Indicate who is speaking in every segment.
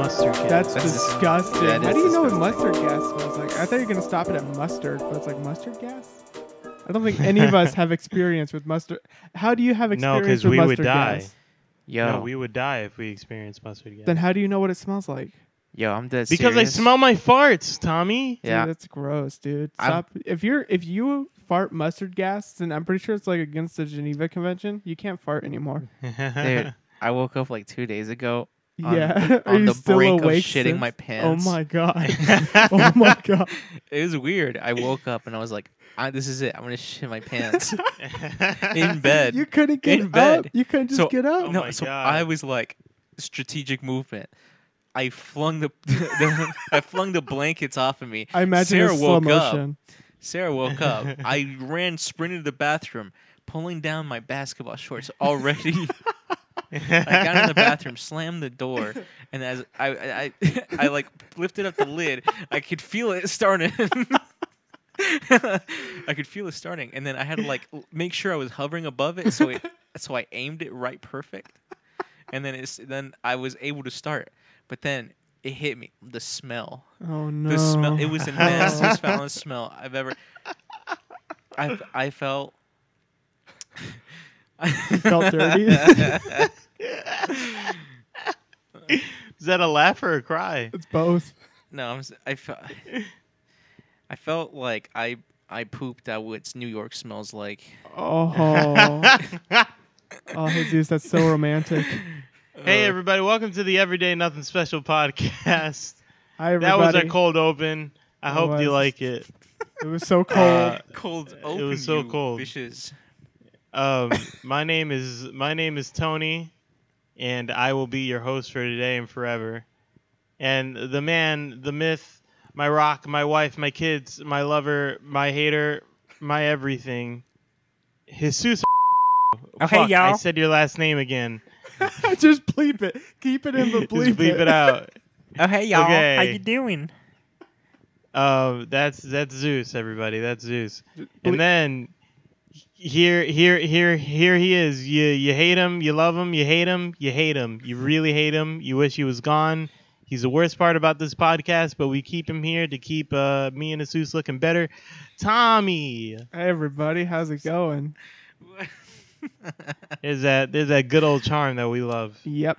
Speaker 1: That's
Speaker 2: That's dis-
Speaker 1: disgusting.
Speaker 2: yeah, it
Speaker 1: How
Speaker 2: is
Speaker 1: do you know what
Speaker 2: disgusting.
Speaker 1: mustard gas smells like? I thought you were gonna stop it at mustard, but it's like mustard gas. I don't think any of us have experience with mustard. How do you have
Speaker 3: No,
Speaker 1: experience
Speaker 3: 'cause
Speaker 1: with
Speaker 3: we would
Speaker 1: mustard
Speaker 3: die.
Speaker 1: gas?
Speaker 2: Yo,
Speaker 3: No, we would die if we experienced mustard gas.
Speaker 1: Then how do you know what it smells like?
Speaker 2: yo, I'm dead
Speaker 3: because I
Speaker 2: serious.
Speaker 3: smell my farts, Tommy.
Speaker 1: Dude,
Speaker 2: Yeah,
Speaker 1: that's gross, dude.
Speaker 2: I'm-
Speaker 1: Stop. if you're if you fart mustard gas, then I'm pretty sure it's like against the Geneva Convention. You can't fart anymore.
Speaker 2: dude, I woke up like two days ago On-
Speaker 1: yeah. Are
Speaker 2: on
Speaker 1: you
Speaker 2: the
Speaker 1: still
Speaker 2: brink of
Speaker 1: awake
Speaker 2: shitting
Speaker 1: since?
Speaker 2: my pants.
Speaker 1: Oh my god. oh my god.
Speaker 2: It was weird. I woke up and I was like, I, "This is it. I'm gonna shit my pants in bed."
Speaker 1: You couldn't get
Speaker 2: In
Speaker 1: up.
Speaker 2: bed.
Speaker 1: You couldn't just
Speaker 2: So- um,
Speaker 1: get up.
Speaker 3: Oh
Speaker 2: no,
Speaker 3: my
Speaker 2: so
Speaker 3: God.
Speaker 2: I was like, strategic movement. I flung the, the I flung the blankets off of me.
Speaker 1: I imagine
Speaker 2: Sarah
Speaker 1: it's slow
Speaker 2: woke up.
Speaker 1: motion.
Speaker 2: Sarah woke up. I ran, sprinted to the bathroom, pulling down my basketball shorts already. I got in the bathroom, slammed the door, and as I, I, I, I like lifted up the lid, I could feel it starting. I could feel it starting, and then I had to like l- make sure I was hovering above it, so it, so I aimed it right, perfect, and then it's then I was able to start, but then it hit me the smell.
Speaker 1: Oh no.
Speaker 2: The smell. It was the nastiest foul smell I've ever. I I felt. I
Speaker 1: felt dirty?
Speaker 3: Is that a laugh or a cry?
Speaker 1: It's both.
Speaker 2: no, I'm. s- I felt. I felt like I I pooped out what New York smells like.
Speaker 1: Oh. oh, Jesus, that's so romantic.
Speaker 3: Hey, everybody, welcome to the Everyday Nothing Special podcast.
Speaker 1: Hi,
Speaker 3: That
Speaker 1: everybody.
Speaker 3: was our cold open. I
Speaker 1: It
Speaker 3: hope
Speaker 1: was.
Speaker 3: you like it.
Speaker 1: It was so cold.
Speaker 3: Uh,
Speaker 2: cold.
Speaker 3: it
Speaker 2: Open,
Speaker 3: was so
Speaker 2: you
Speaker 3: cold.
Speaker 2: Bitches.
Speaker 3: Um, my name is my name is Tony, and I will be your host for today and forever. And the man, the myth, my rock, my wife, my kids, my lover, my hater, my everything. Jesus.
Speaker 2: Oh, hey,
Speaker 3: Fuck, I
Speaker 2: y'all.
Speaker 3: said your last name again.
Speaker 1: just bleep it. Keep it in the bleep.
Speaker 3: Uh, Just bleep it out.
Speaker 2: Oh hey y'all.
Speaker 3: Okay.
Speaker 2: How you doing?
Speaker 3: Um, that's that's Zeus, everybody. That's Zeus.
Speaker 1: bleep-
Speaker 3: And then here, here, here, here he is. You you hate him, you love him, you hate him, you hate him, you really hate him. You wish he was gone. He's the worst part about this podcast, but we keep him here to keep uh, me and Zeus looking better. Tommy,
Speaker 1: Hey, everybody. How's it going?
Speaker 3: there's that there's that good old charm that we love.
Speaker 1: Yep.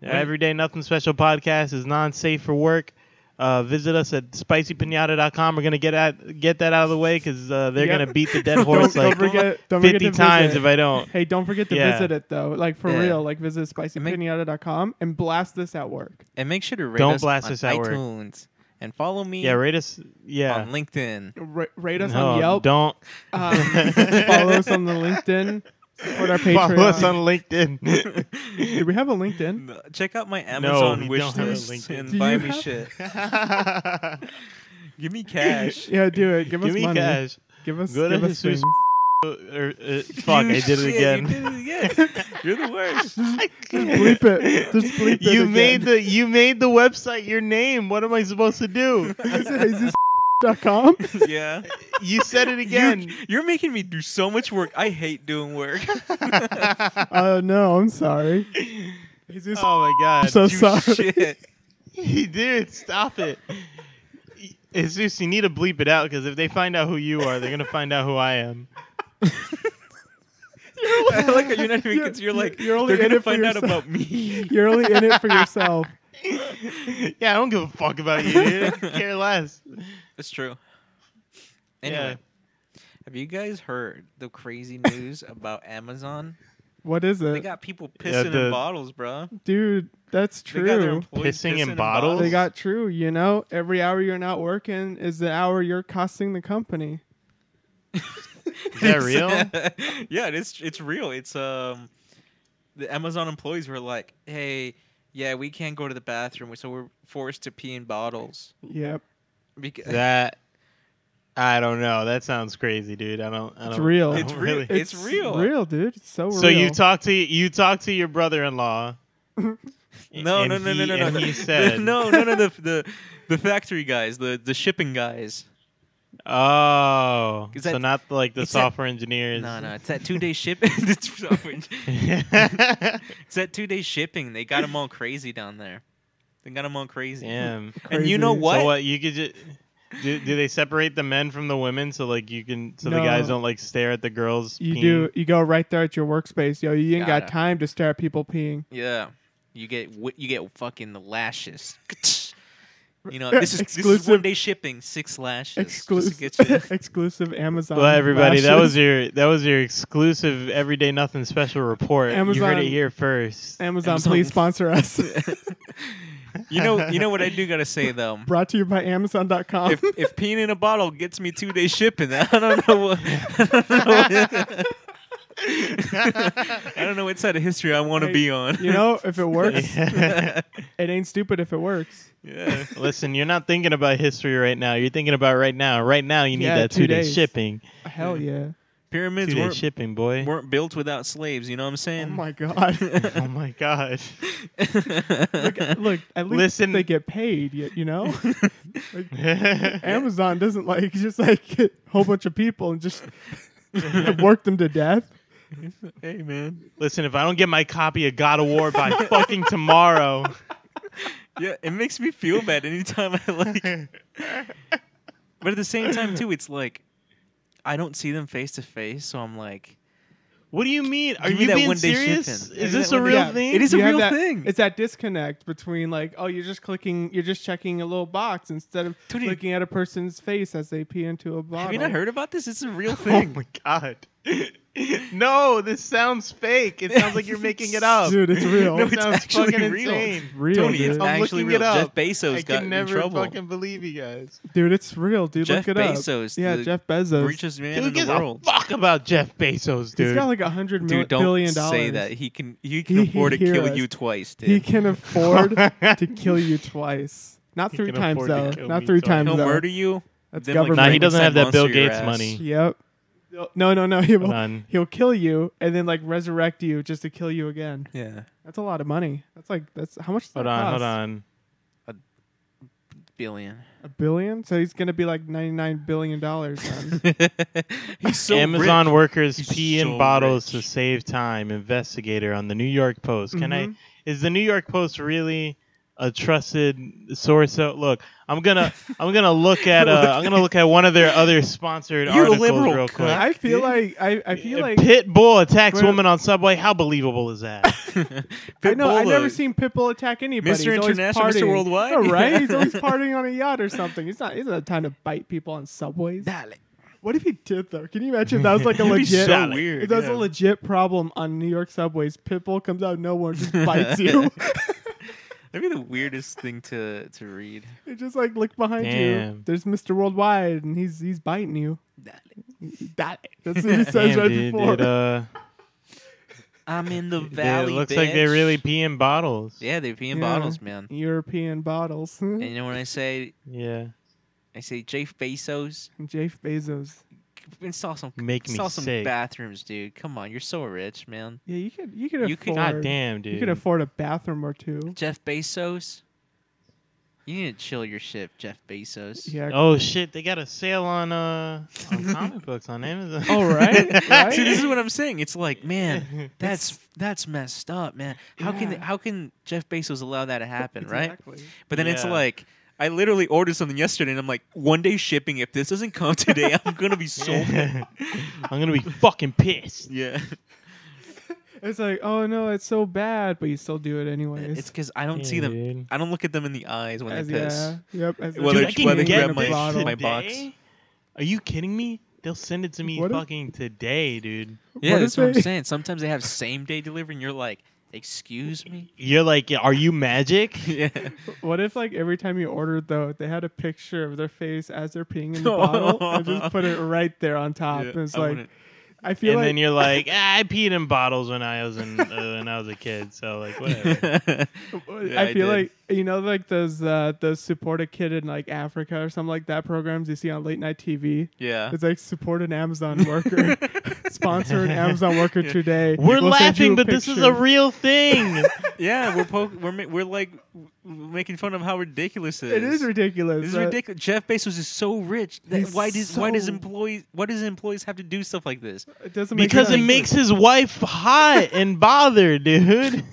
Speaker 3: The Everyday Nothing Special podcast is non-safe for work. Uh, visit us at spicypinata.com. We're gonna get at get that out of the way because uh, they're
Speaker 1: Yep.
Speaker 3: gonna beat the dead
Speaker 1: Don't-
Speaker 3: horse
Speaker 1: don't
Speaker 3: like
Speaker 1: forget- don't forget
Speaker 3: fifty
Speaker 1: to
Speaker 3: times
Speaker 1: visit.
Speaker 3: if I don't.
Speaker 1: Hey, don't forget to
Speaker 3: Yeah.
Speaker 1: visit it though. Like for
Speaker 2: Yeah.
Speaker 1: real. Like visit
Speaker 2: make-
Speaker 1: spicypinata.com and blast this at work.
Speaker 2: And make sure to rate
Speaker 3: Don't
Speaker 2: us
Speaker 3: blast
Speaker 2: on
Speaker 3: us at work.
Speaker 2: iTunes and follow me
Speaker 3: Yeah, rate us.
Speaker 2: on
Speaker 3: Yeah,
Speaker 2: LinkedIn.
Speaker 1: Ra- rate us
Speaker 3: No,
Speaker 1: on Yelp.
Speaker 3: Don't
Speaker 1: Um, follow us on the LinkedIn. Support our Patreon.
Speaker 3: follow us on LinkedIn.
Speaker 1: Do we have a LinkedIn?
Speaker 2: No, Check out my Amazon
Speaker 3: we
Speaker 2: wish
Speaker 3: don't have a
Speaker 2: list
Speaker 3: LinkedIn.
Speaker 2: and
Speaker 1: Do
Speaker 2: buy
Speaker 1: you
Speaker 2: me
Speaker 1: have-
Speaker 2: shit.
Speaker 3: Give
Speaker 2: Give me cash.
Speaker 1: Yeah, do it. Give, us
Speaker 3: me
Speaker 1: money.
Speaker 3: cash.
Speaker 1: Give us.
Speaker 3: Go to
Speaker 1: give us
Speaker 3: Jesus.
Speaker 1: things.
Speaker 3: Or, uh, fuck, I did it again.
Speaker 2: You're the worst.
Speaker 1: Bleep it. Just bleep it.
Speaker 3: you
Speaker 1: again.
Speaker 3: made the you made the website your name. What am I supposed to do?
Speaker 1: Is it is this dot com?
Speaker 2: yeah.
Speaker 3: You said it again.
Speaker 2: You're, you're making me do so much work. I hate doing work.
Speaker 1: Uh, no, I'm sorry. Is this
Speaker 3: oh my god.
Speaker 1: So
Speaker 2: You
Speaker 1: sorry.
Speaker 2: shit.
Speaker 3: Dude, stop it. It's just you need to bleep it out because if they find out who you are, they're gonna find out who I am.
Speaker 2: I like how you're not even
Speaker 1: You're-
Speaker 2: cons- you're like
Speaker 1: you're only
Speaker 2: they're
Speaker 1: in
Speaker 2: gonna
Speaker 1: it for
Speaker 2: find out
Speaker 1: yourself.
Speaker 2: about me.
Speaker 1: You're only in it for yourself.
Speaker 3: Yeah, I don't give a fuck about you. Dude. I could care less.
Speaker 2: That's true. Anyway, have you guys heard the crazy news about Amazon?
Speaker 1: What is
Speaker 2: They
Speaker 1: it,
Speaker 2: got people
Speaker 3: Yeah,
Speaker 2: pissing
Speaker 3: the-
Speaker 2: in bottles, bro.
Speaker 1: dude? That's
Speaker 2: They got their
Speaker 1: true.
Speaker 2: employees
Speaker 3: Pissing in
Speaker 1: They
Speaker 3: bottles?
Speaker 1: got true. You know, every hour you're not working is the hour you're costing the company.
Speaker 3: Is that real?
Speaker 2: yeah, it's it's real. It's um, the Amazon employees were like, "Hey, yeah, we can't go to the bathroom, so we're forced to pee in bottles."
Speaker 1: Yep,
Speaker 2: Because
Speaker 3: That I don't know. That sounds crazy, dude. I don't. I
Speaker 1: It's
Speaker 3: don't-
Speaker 1: real.
Speaker 3: I don't
Speaker 2: It's real.
Speaker 3: really-
Speaker 2: It's real.
Speaker 1: real, dude. It's so,
Speaker 3: So
Speaker 1: real.
Speaker 3: you talked to you talked to your brother-in-law.
Speaker 2: no,
Speaker 3: and
Speaker 2: no, no,
Speaker 3: he-
Speaker 2: no, no,
Speaker 3: and
Speaker 2: no,
Speaker 3: He
Speaker 2: the-
Speaker 3: said,
Speaker 2: no, no, no, the the the factory guys, the the shipping guys.
Speaker 3: Oh,
Speaker 2: Is
Speaker 3: so
Speaker 2: that-
Speaker 3: not like the
Speaker 2: it's that-
Speaker 3: software engineers.
Speaker 2: No, no, it's that two day shipping. it's that two day shipping. They got them all crazy down there. They got them all crazy.
Speaker 3: Damn.
Speaker 2: And you know
Speaker 1: Crazy.
Speaker 2: what?
Speaker 3: So what? You could just. Do, do they separate the men from the women so like you can so the guys
Speaker 1: No.
Speaker 3: don't like stare at the girls?
Speaker 1: You
Speaker 3: peeing?
Speaker 1: do. You go right there at your workspace, yo. You ain't got
Speaker 2: Gotta.
Speaker 1: time to stare at people peeing.
Speaker 2: Yeah, you get wi- you get fucking the lashes. You know, this is this is one
Speaker 1: Exclusive-
Speaker 2: day shipping six lashes. just to
Speaker 1: Exclusive,
Speaker 2: get you.
Speaker 1: exclusive Amazon.
Speaker 3: Well, everybody, that
Speaker 1: lashes.
Speaker 3: was your that was your exclusive everyday nothing special report. you heard
Speaker 1: Amazon-
Speaker 3: it here first.
Speaker 1: Amazon,
Speaker 2: Amazon.
Speaker 1: please sponsor us.
Speaker 2: you know, you know what I do gotta say though.
Speaker 1: Brought to you by Amazon.com.
Speaker 2: If if peeing in a bottle gets me two day shipping, I don't know what. I don't know, I don't know what side of history I want to
Speaker 1: Hey,
Speaker 2: be on.
Speaker 1: you know, if it works,
Speaker 2: yeah.
Speaker 1: it ain't stupid if it works.
Speaker 2: yeah.
Speaker 3: Listen, you're not thinking about history right now. You're thinking about right now. Right now, you need
Speaker 1: Yeah,
Speaker 3: that
Speaker 1: two
Speaker 3: two day
Speaker 1: days.
Speaker 3: shipping.
Speaker 1: Hell yeah.
Speaker 2: Pyramids
Speaker 3: Two day
Speaker 2: weren't
Speaker 3: shipping, boy.
Speaker 2: weren't built without slaves. You know what I'm
Speaker 1: Oh
Speaker 2: saying?
Speaker 1: my god.
Speaker 3: oh my gosh.
Speaker 1: look, look, at least
Speaker 3: Listen-
Speaker 1: they get paid, y- you know? like, Amazon doesn't like just like get a whole bunch of people and just work them to death.
Speaker 2: hey man.
Speaker 3: Listen, if I don't get my copy of God of War by fucking tomorrow,
Speaker 2: Yeah, it makes me feel bad anytime I like. But at the same time, too, it's like I don't see them face to face, so I'm like,
Speaker 3: what do you mean? Are
Speaker 2: Give me
Speaker 3: you
Speaker 2: that
Speaker 3: being
Speaker 2: one-day
Speaker 3: serious?
Speaker 2: shipping.
Speaker 3: Is
Speaker 2: Give me
Speaker 3: this
Speaker 2: that
Speaker 3: a
Speaker 2: one-
Speaker 3: real
Speaker 1: yeah,
Speaker 3: thing?
Speaker 2: it is a
Speaker 1: You have
Speaker 2: real
Speaker 1: that-
Speaker 2: thing.
Speaker 1: It's that disconnect between like, oh, you're just clicking, you're just checking a little box instead of
Speaker 2: Dude,
Speaker 1: looking at a person's face as they pee into a bottle.
Speaker 2: have you not heard about this? It's a real
Speaker 3: Oh
Speaker 2: thing.
Speaker 3: my god. no, this sounds fake. It sounds like you're making it up.
Speaker 1: Dude, it's real.
Speaker 3: No,
Speaker 1: it's
Speaker 3: it sounds
Speaker 2: actually
Speaker 3: fucking
Speaker 2: real.
Speaker 3: insane.
Speaker 1: real,
Speaker 2: Tony,
Speaker 1: dude.
Speaker 2: it's
Speaker 3: I'm
Speaker 2: actually
Speaker 3: looking it
Speaker 2: real.
Speaker 3: up.
Speaker 2: Jeff Bezos
Speaker 3: I
Speaker 2: got
Speaker 3: can
Speaker 2: in
Speaker 3: never
Speaker 2: trouble.
Speaker 3: fucking believe you guys.
Speaker 1: Dude, it's real, dude.
Speaker 2: Jeff
Speaker 1: Look it
Speaker 2: Bezos,
Speaker 1: up. Yeah,
Speaker 2: the
Speaker 1: Jeff Bezos.
Speaker 2: Richest man
Speaker 3: Who
Speaker 2: in
Speaker 3: gives
Speaker 2: the world.
Speaker 3: a fuck about Jeff Bezos,
Speaker 1: He's
Speaker 3: dude?
Speaker 1: got like a hundred mil-
Speaker 2: Dude, don't
Speaker 1: billion dollars.
Speaker 2: say that. He can he can
Speaker 1: He- he
Speaker 2: afford to
Speaker 1: hear
Speaker 2: kill
Speaker 1: us.
Speaker 2: you twice, dude.
Speaker 1: He can afford to kill you twice. Not
Speaker 3: He
Speaker 1: three
Speaker 3: can
Speaker 1: times
Speaker 3: afford to
Speaker 1: though.
Speaker 3: kill
Speaker 1: Not
Speaker 3: me
Speaker 1: three
Speaker 3: twice.
Speaker 1: times
Speaker 2: He'll
Speaker 1: though.
Speaker 2: murder you.
Speaker 1: That's
Speaker 2: then, like,
Speaker 1: government.
Speaker 3: nah, he doesn't
Speaker 2: Frankenstein
Speaker 3: have that Bill
Speaker 2: monster your
Speaker 3: Gates
Speaker 2: ass.
Speaker 3: money.
Speaker 1: Yep. No, no, no. He
Speaker 3: Hold
Speaker 1: will.
Speaker 3: on.
Speaker 1: He'll kill you and then like resurrect you just to kill you again.
Speaker 2: Yeah,
Speaker 1: That's a lot of money. That's like that's how much. does
Speaker 3: Hold
Speaker 1: that
Speaker 3: on, hold
Speaker 1: cost?
Speaker 3: on.
Speaker 2: billion.
Speaker 1: A billion. So he's gonna be like ninety nine billion dollars. son.
Speaker 2: He's so
Speaker 3: Amazon
Speaker 2: rich.
Speaker 3: workers
Speaker 2: He's
Speaker 3: pee
Speaker 2: so
Speaker 3: in bottles
Speaker 2: rich.
Speaker 3: to save time. Investigator on the New York Post. Can
Speaker 1: Mhm.
Speaker 3: I? Is the New York Post really a trusted source? Of, look, I'm gonna I'm gonna look at uh, I'm gonna look at one of their other sponsored
Speaker 2: You
Speaker 3: articles
Speaker 2: liberal
Speaker 3: real quick.
Speaker 1: I feel like I, I feel like
Speaker 3: Pit bull attacks
Speaker 1: Wait.
Speaker 3: woman on subway. How believable is that?
Speaker 1: I know I
Speaker 2: Pitbull,
Speaker 1: never
Speaker 2: though.
Speaker 1: seen Pitbull attack anybody.
Speaker 2: Mr.
Speaker 1: He's always
Speaker 2: International, Mr.
Speaker 1: partying.
Speaker 2: Worldwide.
Speaker 1: Yeah, right? He's always partying on a yacht or something. He's not. He's not time to bite people on subways.
Speaker 2: Dale.
Speaker 1: What if he did though? Can you imagine if that was like a
Speaker 2: It'd be
Speaker 1: legit?
Speaker 2: so
Speaker 1: if
Speaker 2: weird.
Speaker 1: that was
Speaker 2: yeah.
Speaker 1: a legit problem on New York subways, Pitbull comes out of nowhere and just bites you.
Speaker 2: That'd be the weirdest thing to to read.
Speaker 1: It just like look behind you.
Speaker 3: Damn.
Speaker 1: There's Mr. Worldwide, and he's he's biting you. That that's what he says
Speaker 3: Damn,
Speaker 1: right
Speaker 3: dude,
Speaker 1: before.
Speaker 3: it, uh,
Speaker 2: I'm in the
Speaker 3: it
Speaker 2: valley.
Speaker 3: looks like they
Speaker 2: bitch.
Speaker 3: really pee in bottles.
Speaker 2: Yeah, they're peeing
Speaker 1: Yeah.
Speaker 2: bottles, man.
Speaker 1: European bottles.
Speaker 2: And you know when I say
Speaker 3: Yeah.
Speaker 2: I say Jeff Bezos,
Speaker 1: Jeff Bezos.
Speaker 2: install some
Speaker 3: Make me
Speaker 2: install some
Speaker 3: sick.
Speaker 2: bathrooms, dude. Come on, you're so rich, man.
Speaker 1: Yeah, you could you could
Speaker 2: You could-
Speaker 1: afford.
Speaker 3: God damn, dude.
Speaker 1: You could afford a bathroom or two.
Speaker 2: Jeff Bezos, you need to chill your shit, Jeff Bezos.
Speaker 1: Yeah.
Speaker 3: Oh shit! They got a sale on uh on comic books on Amazon.
Speaker 1: Oh, right? Right?
Speaker 2: See, this is what I'm saying. It's like, man, that's that's messed up, man. How can
Speaker 1: Yeah.
Speaker 2: how can Jeff Bezos allow that to happen, right?
Speaker 1: Exactly.
Speaker 2: But then it's
Speaker 3: Yeah.
Speaker 2: like I literally ordered something yesterday, and I'm like, one day shipping. If this doesn't come today, I'm gonna be so mad.
Speaker 3: I'm gonna be fucking pissed.
Speaker 2: yeah.
Speaker 1: It's like, oh no, it's so bad, but you still do it anyways.
Speaker 2: It's because I don't see them.
Speaker 3: Dude.
Speaker 2: I don't look at them in the eyes when
Speaker 1: As-
Speaker 2: they piss.
Speaker 1: yeah, yep. as-
Speaker 2: Well,
Speaker 3: Dude,
Speaker 2: they're-
Speaker 3: I
Speaker 2: why they
Speaker 3: can
Speaker 2: grab
Speaker 3: get
Speaker 2: my-
Speaker 3: this
Speaker 1: bottle.
Speaker 2: my box.
Speaker 3: today? Are you kidding me? They'll send it to me
Speaker 1: What if-
Speaker 3: fucking today, dude.
Speaker 2: Yeah,
Speaker 1: What
Speaker 2: that's
Speaker 1: if
Speaker 2: what
Speaker 1: they-
Speaker 2: I'm saying. Sometimes they have same day delivery, and you're like, "Excuse me."
Speaker 3: You're like, are you magic?
Speaker 2: Yeah.
Speaker 1: What if like every time you ordered though, they had a picture of their face as they're peeing in the bottle and just put it right there on top? and it's
Speaker 2: I
Speaker 1: like,
Speaker 2: wouldn't-
Speaker 1: I feel
Speaker 3: and
Speaker 1: like
Speaker 3: then you're like, ah, I peed in bottles when I was in, uh, when I was a kid. So like, whatever.
Speaker 2: Yeah,
Speaker 1: uh, I feel
Speaker 2: did.
Speaker 1: like you know like those uh those support a kid in like Africa or something like that programs you see on late night
Speaker 3: Uh.
Speaker 1: TV.
Speaker 2: yeah.
Speaker 1: It's like support an Amazon worker, sponsor an Amazon worker today.
Speaker 3: We're
Speaker 1: We'll send you
Speaker 3: laughing, but this is a
Speaker 1: picture.
Speaker 3: real thing.
Speaker 2: Yeah, we're po- we're ma- we're like making fun of how ridiculous it is.
Speaker 1: It is ridiculous.
Speaker 2: This is
Speaker 1: that-
Speaker 2: ridiculous. Jeff Bezos is so rich. That
Speaker 1: He's
Speaker 2: why does why does
Speaker 1: so-
Speaker 2: employees why does employees have to do stuff like this?
Speaker 1: It doesn't make
Speaker 3: Because it
Speaker 1: sense.
Speaker 3: makes his wife hot and bothered, dude.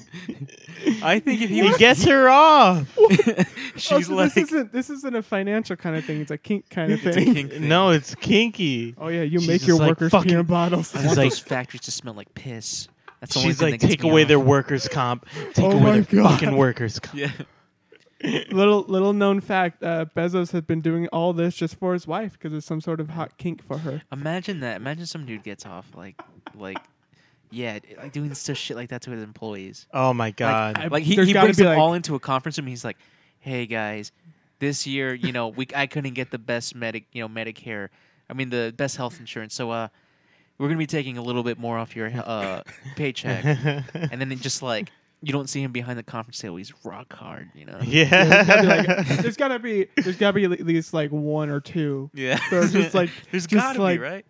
Speaker 2: I think if he
Speaker 3: He
Speaker 2: was,
Speaker 3: gets her off.
Speaker 1: Oh,
Speaker 2: she's
Speaker 1: so
Speaker 2: like
Speaker 1: this isn't this isn't a financial kind of thing. It's a kink kind of
Speaker 2: It's a
Speaker 1: thing.
Speaker 2: kink thing.
Speaker 3: No, it's kinky.
Speaker 1: Oh yeah, you
Speaker 3: She's
Speaker 1: make
Speaker 3: just
Speaker 1: your
Speaker 3: like,
Speaker 1: workers
Speaker 3: "Fucking-
Speaker 1: pee in bottles.
Speaker 2: I
Speaker 3: She's
Speaker 2: want
Speaker 3: like-
Speaker 2: those factories to smell like piss. That's the only
Speaker 3: She's
Speaker 2: thing
Speaker 3: like,
Speaker 2: that gets
Speaker 3: take
Speaker 2: me
Speaker 3: away
Speaker 2: off.
Speaker 3: their workers' comp. Take
Speaker 1: Oh my
Speaker 3: away their
Speaker 1: God.
Speaker 3: fucking workers' comp.
Speaker 2: Yeah,
Speaker 1: little little known fact: uh, Bezos has been doing all this just for his wife because it's some sort of hot kink for her.
Speaker 2: imagine that. Imagine some dude gets off like like yeah, like doing stuff shit like that to his employees.
Speaker 3: Oh my god.
Speaker 1: I-
Speaker 2: like he,
Speaker 1: there's
Speaker 2: he
Speaker 1: gotta
Speaker 2: brings
Speaker 1: be,
Speaker 2: them
Speaker 1: like-
Speaker 2: all into a conference room. He's like, "Hey guys, this year, you know, we I couldn't get the best medic, you know, Medicare. I mean, the best health insurance. So, uh, we're gonna be taking a little bit more off your uh paycheck." and then it just like you don't see him behind the conference table. He's rock hard, you know.
Speaker 1: Yeah, there's, gotta be,
Speaker 3: yeah.
Speaker 1: like, there's gotta be there's gotta be at least like one or two.
Speaker 2: Yeah,
Speaker 1: They're just like-
Speaker 2: there's
Speaker 1: just
Speaker 2: gotta
Speaker 1: like-
Speaker 2: be right.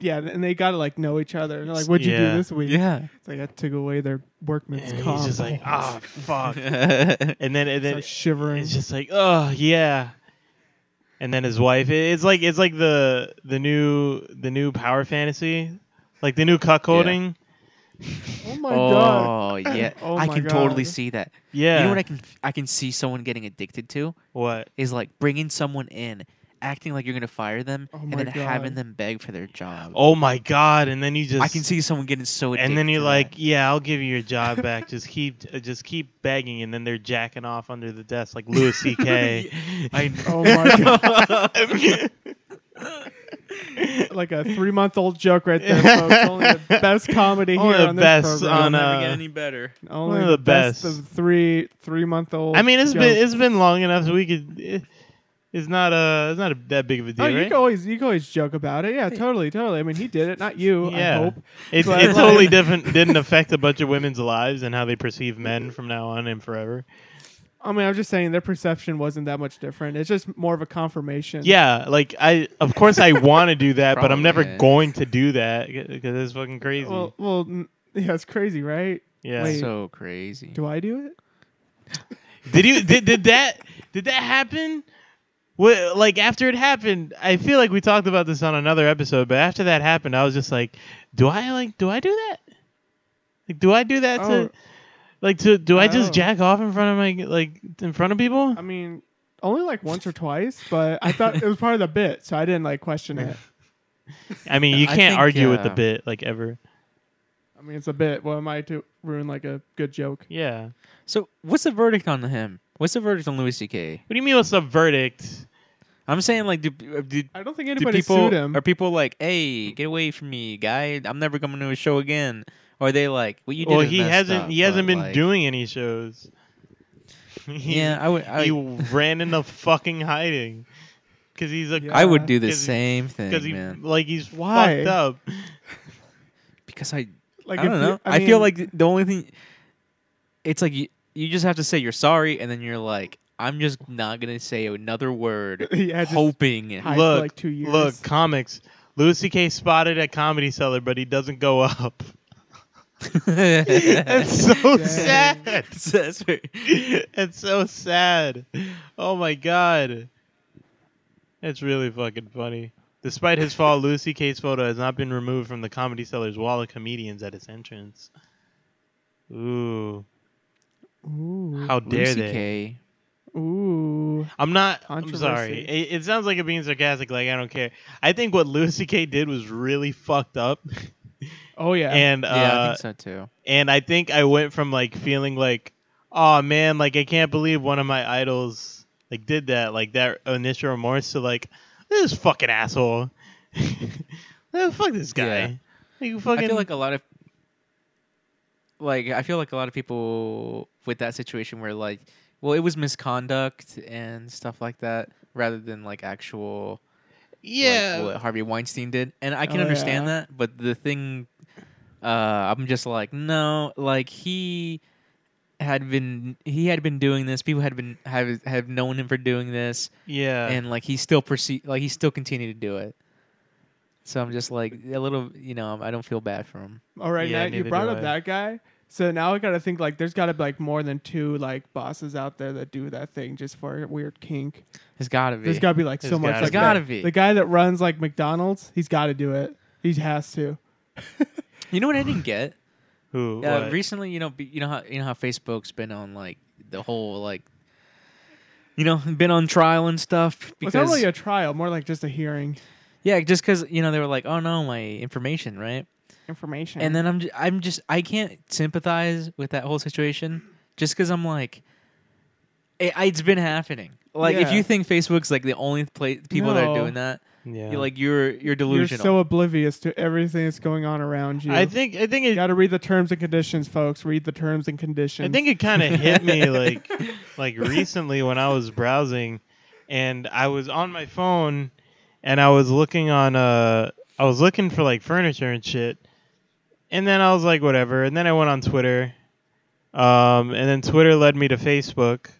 Speaker 1: Yeah, and they gotta like know each other. And they're like, "What'd you
Speaker 3: Yeah.
Speaker 1: do this week?"
Speaker 2: Yeah.
Speaker 1: it's like I took away their workman's
Speaker 3: and
Speaker 1: comp.
Speaker 3: he's just like, ah,
Speaker 1: Oh
Speaker 3: fuck.
Speaker 2: yeah,
Speaker 3: And then and
Speaker 1: It's
Speaker 3: then
Speaker 1: like shivering.
Speaker 3: it's just like, oh yeah. And then his wife. it- It's like it's like the the new the new power fantasy, like the new cuckolding.
Speaker 1: oh my god!
Speaker 2: oh yeah,
Speaker 1: Oh
Speaker 2: I
Speaker 1: my
Speaker 2: can totally
Speaker 1: God.
Speaker 2: see that.
Speaker 3: Yeah.
Speaker 2: You know what I can I can see someone getting addicted to.
Speaker 3: What?
Speaker 2: is like bringing someone in, acting like you're gonna fire them,
Speaker 1: Oh
Speaker 2: and
Speaker 1: my
Speaker 2: then
Speaker 1: God.
Speaker 2: having them beg for their job.
Speaker 3: Oh my god! And then you just
Speaker 2: I can see someone getting so addicted.
Speaker 3: And then you're
Speaker 2: to
Speaker 3: like, yeah, I'll give you your job back. just keep uh, just keep begging, and then they're jacking off under the desk like Louis C.K.
Speaker 2: that. I
Speaker 1: Oh
Speaker 2: know.
Speaker 1: my god!
Speaker 3: Only
Speaker 1: Like a three month old joke right there, folks. Only the best comedy here
Speaker 3: Only the
Speaker 1: on this
Speaker 3: best
Speaker 1: program.
Speaker 3: on,
Speaker 2: It'll never
Speaker 3: uh,
Speaker 2: get any better.
Speaker 1: Only
Speaker 3: One of
Speaker 1: the,
Speaker 3: the
Speaker 1: best.
Speaker 3: best.
Speaker 1: of three three month old.
Speaker 3: I mean, it's been it's been long enough, so we could. It, it's not a it's not a, that big of a deal,
Speaker 1: oh, you
Speaker 3: right?
Speaker 1: can always you can always joke about it. Yeah, totally, totally. I mean, he did it, not you.
Speaker 3: Yeah.
Speaker 1: I hope.
Speaker 3: It,
Speaker 1: but
Speaker 3: it
Speaker 1: like-
Speaker 3: totally different didn't affect a bunch of women's lives and how they perceive men from now on and forever.
Speaker 1: I mean, I'm just saying their perception wasn't that much different. It's just more of a confirmation.
Speaker 3: Yeah, like I of course I want to do that, but I'm never
Speaker 2: Probably, yeah.
Speaker 3: going to do that because it's fucking crazy.
Speaker 1: Well, well, n- yeah, it's crazy, right?
Speaker 3: yeah.
Speaker 1: wait.
Speaker 2: So crazy.
Speaker 1: Do I do it?
Speaker 3: Did you did, did that did that happen? What, like after it happened, I feel like we talked about this on another episode, but after that happened, I was just like, do I like do I do that? Like do I do that
Speaker 1: Oh.
Speaker 3: to like to do I just
Speaker 1: Oh.
Speaker 3: jack off in front of my like in front of people?
Speaker 1: I mean, only like once or twice, but I thought it was part of the bit, so I didn't like question it.
Speaker 3: I mean, you
Speaker 2: I
Speaker 3: can't
Speaker 2: think,
Speaker 3: argue with the
Speaker 2: uh,
Speaker 3: bit like ever.
Speaker 1: I mean, it's a bit. What am I to ruin like a good joke?
Speaker 3: Yeah.
Speaker 2: So what's the verdict on him? What's the verdict on Louis C.K.?
Speaker 3: What do you mean what's the verdict?
Speaker 2: I'm saying like, do, do, do
Speaker 1: I don't think anybody
Speaker 2: people
Speaker 1: sued him.
Speaker 2: are people like, hey, get away from me, guy. I'm never coming to a show again. Or are they like, well, you did.
Speaker 3: well,
Speaker 2: is
Speaker 3: he
Speaker 2: messed
Speaker 3: hasn't
Speaker 2: up,
Speaker 3: he hasn't
Speaker 2: but,
Speaker 3: been
Speaker 2: like-
Speaker 3: doing any shows. He-
Speaker 2: Yeah, I would. I,
Speaker 3: he ran into fucking hiding because he's a
Speaker 1: Yeah.
Speaker 2: I would do the
Speaker 3: 'Cause he-
Speaker 2: same thing,
Speaker 3: because he
Speaker 2: man.
Speaker 3: like he's
Speaker 1: Why?
Speaker 3: fucked up.
Speaker 2: Because I
Speaker 1: like
Speaker 2: I don't
Speaker 1: if you-
Speaker 2: know. I, feel
Speaker 1: mean,
Speaker 2: like the only thing, it's like you, you just have to say you're sorry, and then you're like, I'm just not gonna say another word,
Speaker 1: yeah, just
Speaker 2: hoping.
Speaker 1: hide for
Speaker 3: Look,
Speaker 1: like two years.
Speaker 3: Look, comics. Louis C.K. spotted at Comedy Cellar, but he doesn't go up. That's so
Speaker 1: Dang.
Speaker 3: sad.
Speaker 2: So that's very-
Speaker 3: It's so sad. Oh my god. It's really fucking funny. Despite his fall, Louis C.K.'s photo has not been removed from the Comedy Cellar's wall of comedians at its entrance. Ooh,
Speaker 1: Ooh.
Speaker 3: how dare
Speaker 2: Louis
Speaker 3: they?
Speaker 2: CK.
Speaker 1: Ooh.
Speaker 3: I'm not. I'm
Speaker 1: Controversy.
Speaker 3: sorry. It, it sounds like it being sarcastic. Like I don't care. I think what Louis C.K. did was really fucked up,
Speaker 1: Oh yeah.
Speaker 3: and uh,
Speaker 2: Yeah, I think so too.
Speaker 3: and I think I went from like feeling like, oh man, like I can't believe one of my idols like did that, like that initial remorse to like this fucking asshole. Eh, Fuck this guy. Like, you fucking,
Speaker 2: I feel like a lot of, like I feel like a lot of people with that situation were like, well, it was misconduct and stuff like that, rather than like actual
Speaker 3: yeah.
Speaker 2: like what Harvey Weinstein did, and I can
Speaker 1: Oh,
Speaker 2: understand
Speaker 1: yeah.
Speaker 2: that. But the thing, uh, I'm just like, no, like he had been he had been doing this. People had been have have known him for doing this,
Speaker 3: yeah.
Speaker 2: and like he still perceive like he still continued to do it. So I'm just like a little, you know, I don't feel bad for him.
Speaker 1: All right,
Speaker 3: Yeah,
Speaker 1: now you
Speaker 3: neither
Speaker 1: brought
Speaker 3: do
Speaker 1: up
Speaker 3: I.
Speaker 1: that guy. So now I gotta think like there's gotta be like more than two like bosses out there that do that thing just for a weird kink.
Speaker 2: It's gotta be.
Speaker 1: There's gotta be like so
Speaker 3: There's gotta be.
Speaker 1: much. like, that-
Speaker 2: There's gotta be.
Speaker 1: The guy that runs like McDonald's, he's gotta do it. He has to.
Speaker 2: you know what I didn't get?
Speaker 3: Who?
Speaker 2: Uh,
Speaker 3: what?
Speaker 2: recently, you know, be- you know how you know how Facebook's been on like the whole like, you know, been on trial and stuff
Speaker 1: It's
Speaker 2: because
Speaker 1: not really a trial, more like just a hearing.
Speaker 2: yeah, just because you know they were like, oh no, my information, right?
Speaker 1: Information.
Speaker 2: And then I'm just, I'm just I can't sympathize with that whole situation just because I'm like, it, it's been happening. Like if
Speaker 1: Yeah.
Speaker 2: you think Facebook's like the only place people that are
Speaker 1: No.
Speaker 2: doing that,
Speaker 3: yeah.
Speaker 2: you're like you're you're
Speaker 1: you're
Speaker 2: delusional.
Speaker 1: so oblivious to everything that's going on around you.
Speaker 3: I think I think it
Speaker 1: gotta read the terms and conditions, folks. Read the terms and conditions.
Speaker 3: I think it kind of hit me like like recently when I was browsing, and I was on my phone, and I was looking on uh I was looking for like furniture and shit, and then I was like whatever, and then I went on Twitter, um, and then Twitter led me to Facebook,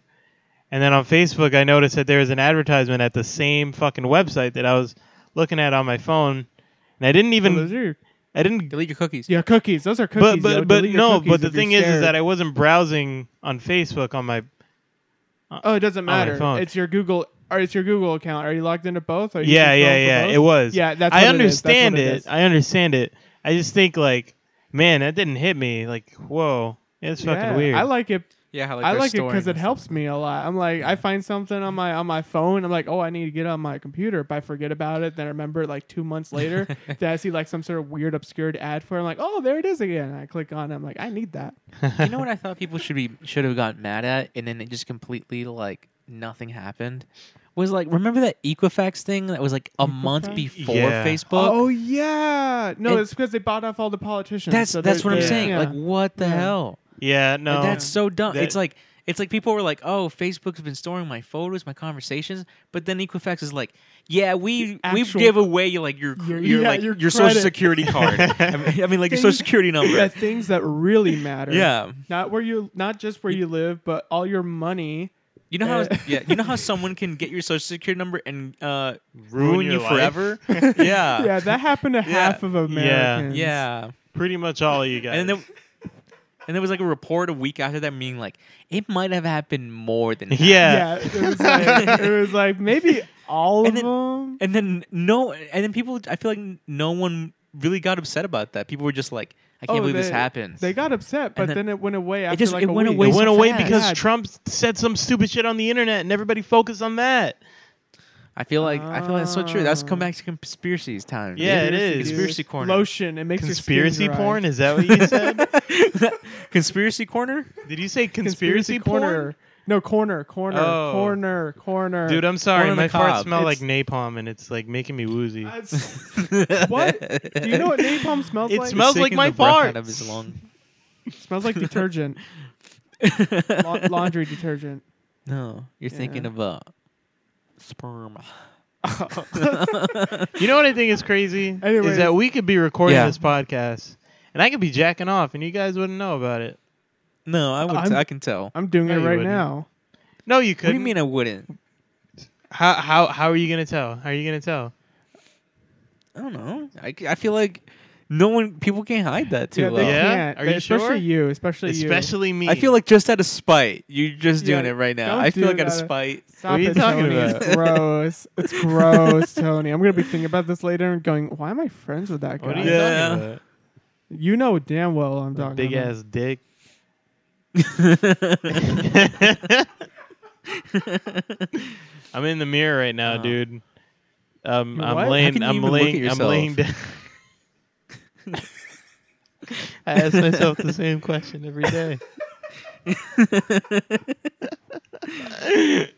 Speaker 3: and then on Facebook I noticed that there was an advertisement at the same fucking website that I was looking at on my phone, and I didn't
Speaker 1: Oh,
Speaker 3: even
Speaker 1: those are-
Speaker 3: I didn't
Speaker 2: Delete your cookies.
Speaker 1: yeah, cookies. Those are cookies.
Speaker 3: but
Speaker 1: yo.
Speaker 3: but but
Speaker 1: Delete your
Speaker 3: no.
Speaker 1: cookies
Speaker 3: But the
Speaker 1: if you're
Speaker 3: thing is, is
Speaker 1: scared.
Speaker 3: that I wasn't browsing on Facebook on my.
Speaker 1: Oh, it doesn't
Speaker 3: my
Speaker 1: matter.
Speaker 3: phone.
Speaker 1: It's your Google or it's your Google account. Are you logged into both? Are you
Speaker 3: Yeah,
Speaker 1: using
Speaker 3: yeah,
Speaker 1: Chrome for
Speaker 3: yeah.
Speaker 1: both?
Speaker 3: It was.
Speaker 1: Yeah, that's
Speaker 3: I
Speaker 1: what it is. That's
Speaker 3: understand
Speaker 1: what it
Speaker 3: it.
Speaker 1: is.
Speaker 3: I understand it. I just think like, man, that didn't hit me. Like, whoa, it's
Speaker 1: Yeah,
Speaker 3: fucking weird.
Speaker 1: I like it.
Speaker 2: Yeah,
Speaker 1: I like it because it helps me a lot. I'm like, I find something on my on my phone. I'm like, oh, I need to get it on my computer. If I forget about it, then I remember it like two months later that I see like some sort of weird obscured ad for. It. I'm like, oh, there it is again. And I click on. it. I'm like, I need that.
Speaker 2: you know what I thought people should be should have gotten mad at, and then it just completely like nothing happened. Was like remember that Equifax thing that was like a month
Speaker 1: Equifax?
Speaker 2: before
Speaker 3: Yeah.
Speaker 2: Facebook.
Speaker 1: oh yeah, no,
Speaker 2: And-
Speaker 1: it's because they bought off all the politicians.
Speaker 2: that's
Speaker 1: So
Speaker 2: that's
Speaker 1: they're-
Speaker 2: what I'm
Speaker 1: they're-
Speaker 2: saying.
Speaker 1: yeah.
Speaker 2: Like what the
Speaker 1: Yeah.
Speaker 2: hell?
Speaker 3: yeah, no.
Speaker 2: Like, that's so dumb.
Speaker 3: Um, That-
Speaker 2: it's like it's like people were like, "Oh, Facebook's been storing my photos, my conversations," but then Equifax is like, "Yeah, we we
Speaker 1: actual-
Speaker 2: give away like your your,
Speaker 1: Your- yeah,
Speaker 2: like your,
Speaker 1: your
Speaker 2: social
Speaker 1: credit.
Speaker 2: security card. I mean, I mean, like your social
Speaker 1: Things-
Speaker 2: security number.
Speaker 1: the things that really matter.
Speaker 2: Yeah,
Speaker 1: Not where you, not just where you live, but all your money.
Speaker 2: you know how
Speaker 1: Uh,
Speaker 2: yeah you know how someone can get your social security number and uh,
Speaker 3: Ruin
Speaker 2: ruin
Speaker 3: your
Speaker 2: you
Speaker 3: life.
Speaker 2: forever. yeah,
Speaker 1: Yeah, that happened to half of Americans.
Speaker 2: Yeah.
Speaker 3: pretty much all of you guys.
Speaker 2: And then and there was like a report a week after that meaning like it might have happened more than half.
Speaker 3: yeah.
Speaker 1: yeah. It was like, it was like maybe all
Speaker 2: And
Speaker 1: of them.
Speaker 2: And then no and then people I feel like no one really got upset about that. People were just like I can't
Speaker 1: Oh,
Speaker 2: believe this
Speaker 1: they-
Speaker 2: happened.
Speaker 1: They got upset, but
Speaker 2: then-
Speaker 1: then, it went away. After
Speaker 2: just-
Speaker 1: like
Speaker 2: it
Speaker 1: a
Speaker 2: went
Speaker 1: week.
Speaker 2: away
Speaker 3: It
Speaker 2: so
Speaker 3: went away
Speaker 2: fast.
Speaker 3: because
Speaker 1: Yeah.
Speaker 3: Trump said some stupid shit on the internet, and everybody focused on that.
Speaker 2: I feel like I feel that's so true. That's come
Speaker 1: Ah.
Speaker 2: back to conspiracies time.
Speaker 3: Yeah, it
Speaker 1: Conspiracy,
Speaker 3: is.
Speaker 1: dude.
Speaker 2: Conspiracy corner.
Speaker 1: Lotion. It makes your skin
Speaker 3: Conspiracy
Speaker 1: dry.
Speaker 3: porn? Is that what you said?
Speaker 2: conspiracy corner?
Speaker 3: Did you say
Speaker 1: Conspiracy,
Speaker 3: conspiracy,
Speaker 1: corner.
Speaker 3: porn?
Speaker 1: No corner. Corner.
Speaker 3: Oh.
Speaker 1: Corner. Corner.
Speaker 3: Dude, I'm sorry.
Speaker 2: Corn on the
Speaker 3: My farts
Speaker 2: cob.
Speaker 3: smell like
Speaker 1: It's-
Speaker 3: napalm, and it's like making me woozy.
Speaker 1: That's- what? Do you know what napalm smells
Speaker 3: It
Speaker 1: like?
Speaker 3: smells- like
Speaker 2: Taking
Speaker 3: my
Speaker 2: the breath out of
Speaker 3: farts.
Speaker 2: his lung.
Speaker 1: It smells like detergent. La- laundry detergent.
Speaker 2: No, you're
Speaker 1: Yeah.
Speaker 2: thinking of uh, sperm.
Speaker 3: You know what I think is crazy?
Speaker 1: Anyways.
Speaker 3: Is that we could be recording
Speaker 2: Yeah.
Speaker 3: this podcast and I could be jacking off and you guys wouldn't know about it.
Speaker 2: No, I would.
Speaker 1: I'm-
Speaker 2: not I can tell.
Speaker 1: I'm doing
Speaker 3: No,
Speaker 1: it
Speaker 3: you
Speaker 1: right
Speaker 3: wouldn't.
Speaker 1: now.
Speaker 3: No, you
Speaker 2: What do
Speaker 3: couldn't.
Speaker 2: you mean I wouldn't?
Speaker 3: How how how are you gonna tell? How are you gonna tell?
Speaker 2: I don't know. I, I feel like no one, people can't hide that too
Speaker 1: Yeah,
Speaker 2: well.
Speaker 1: they
Speaker 3: Yeah?
Speaker 1: can't.
Speaker 3: Are
Speaker 1: They-
Speaker 3: you
Speaker 1: especially
Speaker 3: sure?
Speaker 1: you. Especially you.
Speaker 3: Especially me.
Speaker 2: I feel like just out of spite, you're just doing
Speaker 1: Yeah,
Speaker 2: it right now.
Speaker 1: don't
Speaker 2: I feel
Speaker 1: do
Speaker 2: like out of
Speaker 1: that.
Speaker 2: spite.
Speaker 1: Stop
Speaker 3: What are you
Speaker 1: it,
Speaker 3: talking
Speaker 1: Tony.
Speaker 3: about?
Speaker 1: It's gross. It's gross, Tony. I'm gonna be thinking about this later and going, "Why am I friends with that
Speaker 3: what
Speaker 1: guy?"
Speaker 3: are
Speaker 2: God.
Speaker 3: you
Speaker 2: Yeah.
Speaker 3: talking about?
Speaker 1: You know damn well I'm talking.
Speaker 3: Big
Speaker 1: about.
Speaker 3: ass dick. I'm in the mirror right now,
Speaker 2: Oh.
Speaker 3: dude. Um,
Speaker 1: You're
Speaker 3: I'm
Speaker 1: what? How
Speaker 2: can
Speaker 3: laying.
Speaker 2: you
Speaker 3: I'm
Speaker 2: even look at
Speaker 3: laying. I'm
Speaker 2: yourself?
Speaker 3: laying down. I ask myself the same question every day.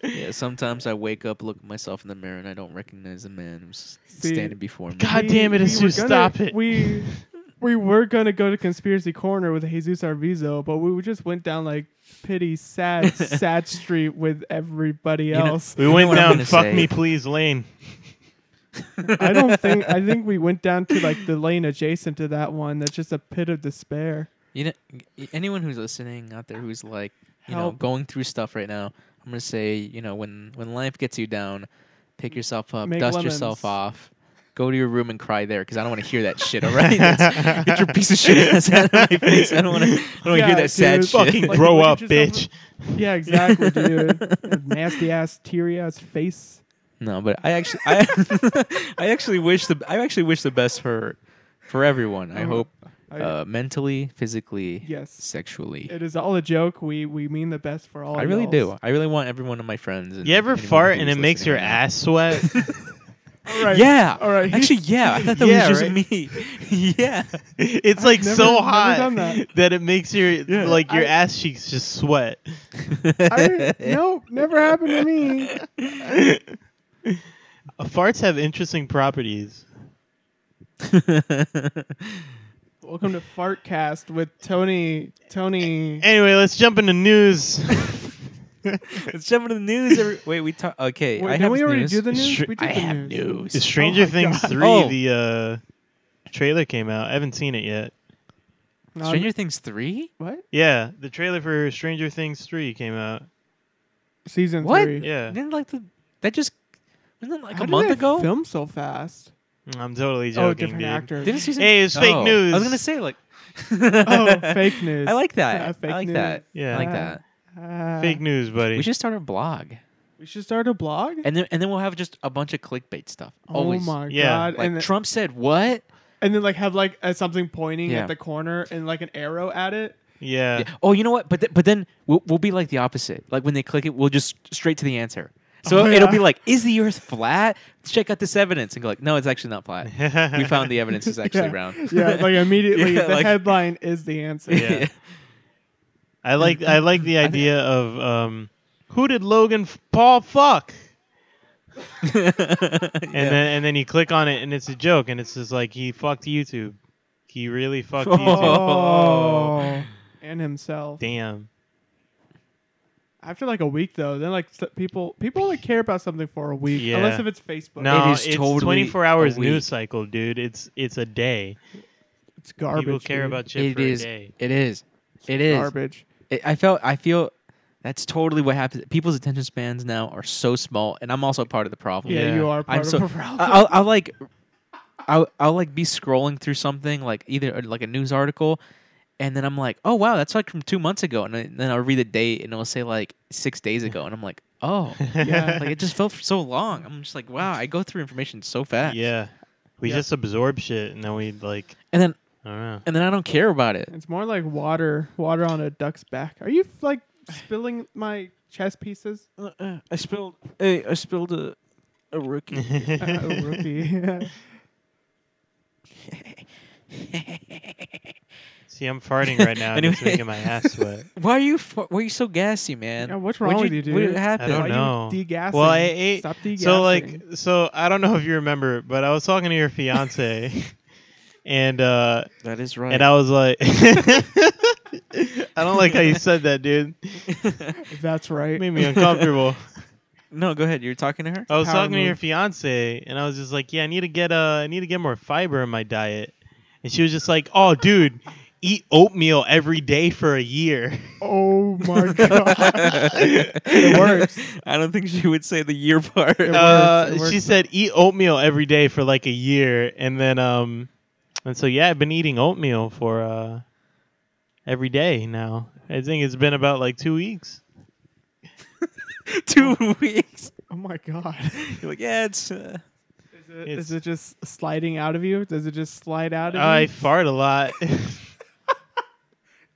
Speaker 2: Yeah, sometimes I wake up, look at myself in the mirror, and I don't recognize the man who's
Speaker 1: See,
Speaker 2: standing before me.
Speaker 3: God damn it,
Speaker 1: we
Speaker 3: Jesus,
Speaker 1: were gonna-
Speaker 3: stop it.
Speaker 1: We we were gonna go to conspiracy corner with Jesus Arvizo, but we just went down like pity sad sad street with everybody
Speaker 2: You know-
Speaker 1: else.
Speaker 3: We
Speaker 2: know
Speaker 3: went
Speaker 2: what I'm
Speaker 3: down.
Speaker 2: gonna
Speaker 3: Fuck
Speaker 2: say?
Speaker 3: me, please, Lane.
Speaker 1: I don't think I think we went down to like the lane adjacent to that one. That's just a pit of despair.
Speaker 2: You know, anyone who's listening out there who's like, you know,
Speaker 1: Help.
Speaker 2: going through stuff right now, I'm gonna say, you know, when when life gets you down, pick yourself up,
Speaker 1: Make
Speaker 2: dust yourself
Speaker 1: lemons.
Speaker 2: off, Go to your room and cry there because I don't want to hear that shit. All right, That's- get your piece of shit ass out of my face. I don't want to. I don't want to
Speaker 1: Yeah,
Speaker 2: hear that sad
Speaker 1: dude.
Speaker 2: shit.
Speaker 3: Fucking
Speaker 1: Like,
Speaker 3: grow
Speaker 1: look at
Speaker 3: up,
Speaker 1: yourself-
Speaker 3: bitch.
Speaker 1: Yeah, exactly, dude. Nasty ass, teary ass face.
Speaker 2: No, but I actually, I, I actually wish the, I actually wish the best for, for everyone. I
Speaker 1: Oh,
Speaker 2: hope,
Speaker 1: I-
Speaker 2: uh, mentally, physically,
Speaker 1: Yes.
Speaker 2: sexually.
Speaker 1: It is all a joke. We we mean the best for all.
Speaker 2: I really
Speaker 1: y'alls.
Speaker 2: do. I really want every one of my friends. And
Speaker 3: You ever
Speaker 2: anyone
Speaker 3: fart
Speaker 2: who's
Speaker 3: and it makes
Speaker 2: listening
Speaker 3: your
Speaker 2: right now-
Speaker 3: ass sweat?
Speaker 1: All right.
Speaker 2: Yeah.
Speaker 1: All right.
Speaker 2: Actually, yeah. I thought that
Speaker 3: Yeah,
Speaker 2: was just
Speaker 3: right?
Speaker 2: me. yeah.
Speaker 3: it's like
Speaker 1: I've never-
Speaker 3: so
Speaker 1: never
Speaker 3: hot
Speaker 1: done that.
Speaker 3: it makes your like your
Speaker 1: I-
Speaker 3: ass cheeks just sweat.
Speaker 1: I, nope, never happened to me.
Speaker 3: Uh, Farts have interesting properties.
Speaker 1: Welcome to Fartcast with Tony. Tony.
Speaker 3: Anyway, let's jump into news.
Speaker 2: Let's jump into the news. Every- Wait, we talk. Okay,
Speaker 1: Wait,
Speaker 2: I
Speaker 1: did
Speaker 2: have
Speaker 1: we already
Speaker 2: news.
Speaker 1: do the news?
Speaker 3: Str-
Speaker 1: we did
Speaker 2: I
Speaker 1: the
Speaker 2: have news.
Speaker 3: Is Stranger
Speaker 1: Oh my
Speaker 3: Things
Speaker 1: God.
Speaker 3: 3
Speaker 2: Oh.
Speaker 3: the uh trailer came out. I haven't seen it yet.
Speaker 1: No, I'm-
Speaker 2: Stranger Things three.
Speaker 1: What?
Speaker 3: Yeah, the trailer for Stranger Things 3 came out.
Speaker 1: Season
Speaker 2: What?
Speaker 1: three.
Speaker 3: Yeah.
Speaker 2: Didn't like the that just wasn't that like
Speaker 1: How
Speaker 2: a
Speaker 1: did
Speaker 2: month
Speaker 1: they
Speaker 2: ago.
Speaker 1: Film so fast.
Speaker 3: Mm, I'm totally
Speaker 1: oh,
Speaker 3: joking,
Speaker 1: different
Speaker 3: dude.
Speaker 1: actor.
Speaker 2: Didn't season?
Speaker 3: Hey, it's fake
Speaker 2: Oh,
Speaker 3: news.
Speaker 2: I was gonna say like.
Speaker 1: oh, fake news.
Speaker 2: I like that.
Speaker 1: Yeah, fake
Speaker 2: I like
Speaker 1: news.
Speaker 2: that.
Speaker 3: Yeah.
Speaker 2: I like
Speaker 1: Uh,
Speaker 2: that.
Speaker 1: Ah.
Speaker 3: Fake news, buddy.
Speaker 2: We should start a blog,
Speaker 1: We should start a blog.
Speaker 2: and then and then we'll have just a bunch of clickbait stuff. Always.
Speaker 1: Oh my
Speaker 3: Yeah,
Speaker 1: god!
Speaker 2: Like
Speaker 1: and, then,
Speaker 2: Trump said what?
Speaker 1: and then like have like uh, something pointing
Speaker 2: Yeah.
Speaker 1: at the corner and like an arrow at it.
Speaker 3: yeah.
Speaker 2: Yeah. Oh, you know what? But th- but then we'll, we'll be like the opposite. Like when they click it, we'll just straight to the answer. So
Speaker 1: Oh,
Speaker 2: it'll
Speaker 1: yeah.
Speaker 2: be like, is the Earth flat? Check out this evidence, and go like, no, it's actually not flat. we found the evidence is actually
Speaker 1: yeah.
Speaker 2: round.
Speaker 1: Yeah, like immediately
Speaker 2: Yeah,
Speaker 1: the
Speaker 2: like-
Speaker 1: headline is the answer.
Speaker 3: Yeah. I like I like the
Speaker 2: I thi-
Speaker 3: idea of um, who did Logan F- Paul fuck? And then and then you click on it and it's a joke and it's just like he fucked YouTube. He really fucked YouTube.
Speaker 1: Oh, and himself.
Speaker 3: Damn.
Speaker 1: After like a week though, then like s- people people only care about something for a week,
Speaker 3: Yeah.
Speaker 1: unless if it's Facebook.
Speaker 3: No,
Speaker 2: is
Speaker 3: it's
Speaker 2: totally
Speaker 3: 24 hours
Speaker 2: a week.
Speaker 3: news cycle, dude. It's it's a day.
Speaker 1: it's garbage.
Speaker 3: People care
Speaker 1: dude.
Speaker 3: about shit
Speaker 2: it
Speaker 3: for
Speaker 2: is.
Speaker 3: a day.
Speaker 2: It is. It is.
Speaker 1: garbage.
Speaker 2: It, I felt. I feel. That's totally what happens. People's attention spans now are so small, and I'm also part of the problem.
Speaker 1: Yeah,
Speaker 3: Yeah.
Speaker 1: you are part
Speaker 2: I'm
Speaker 1: of
Speaker 2: so.
Speaker 1: the problem.
Speaker 2: I- I'll, I'll like. I'll, I'll like be scrolling through something like either uh, like a news article, and then I'm like, oh wow, that's like from two months ago, and then I'll read the date, and it'll say like six days ago, and I'm like, oh,
Speaker 1: Yeah.
Speaker 2: like it just felt for so long. I'm just like, wow, I go through information so fast.
Speaker 3: yeah. We
Speaker 1: Yeah.
Speaker 3: just absorb shit and then we like
Speaker 2: and then
Speaker 3: I don't know.
Speaker 2: and then I don't care about it.
Speaker 1: It's more like water, water on a duck's back. Are you like spilling my chess pieces?
Speaker 2: Uh, uh, I spilled. Hey, I spilled a a rookie.
Speaker 1: Uh, rookie.
Speaker 3: See, I'm farting right now and it's
Speaker 2: Anyway.
Speaker 3: making my ass sweat.
Speaker 2: Why are you? fu- Why are you so gassy, man?
Speaker 1: Yeah, what's wrong
Speaker 2: What'd
Speaker 1: with you,
Speaker 2: What
Speaker 1: dude?
Speaker 2: happened?
Speaker 3: I don't
Speaker 1: Why
Speaker 3: know.
Speaker 1: You degassing?
Speaker 3: Oh, Well, I ate.
Speaker 1: Stop degassing.
Speaker 3: So like, so I don't know if you remember, but I was talking to your fiance, and uh,
Speaker 2: That is right.
Speaker 3: and I was like, I don't like how you said that, dude.
Speaker 1: that's right.
Speaker 3: It made me uncomfortable.
Speaker 2: no, go ahead. You were talking to her.
Speaker 3: I was
Speaker 1: Power
Speaker 3: talking to your
Speaker 1: move.
Speaker 3: fiance, and I was just like, yeah, I need to get uh, I need to get more fiber in my diet, and she was just like, oh, dude, eat oatmeal every day for a year.
Speaker 1: Oh my god!
Speaker 2: it
Speaker 1: works.
Speaker 2: I don't think she would say the year part.
Speaker 1: It works,
Speaker 3: Uh,
Speaker 1: it
Speaker 3: she
Speaker 1: works.
Speaker 3: said eat oatmeal every day for like a year, and then um, and so yeah, I've been eating oatmeal for uh, every day now. I think it's been about like two weeks.
Speaker 2: Two weeks.
Speaker 1: Oh my god!
Speaker 2: You're like, yeah, it's. Uh,
Speaker 1: Is it,
Speaker 3: It's-
Speaker 1: is it just sliding out of you? Does it just slide out of
Speaker 3: I
Speaker 1: you?
Speaker 3: fart a lot.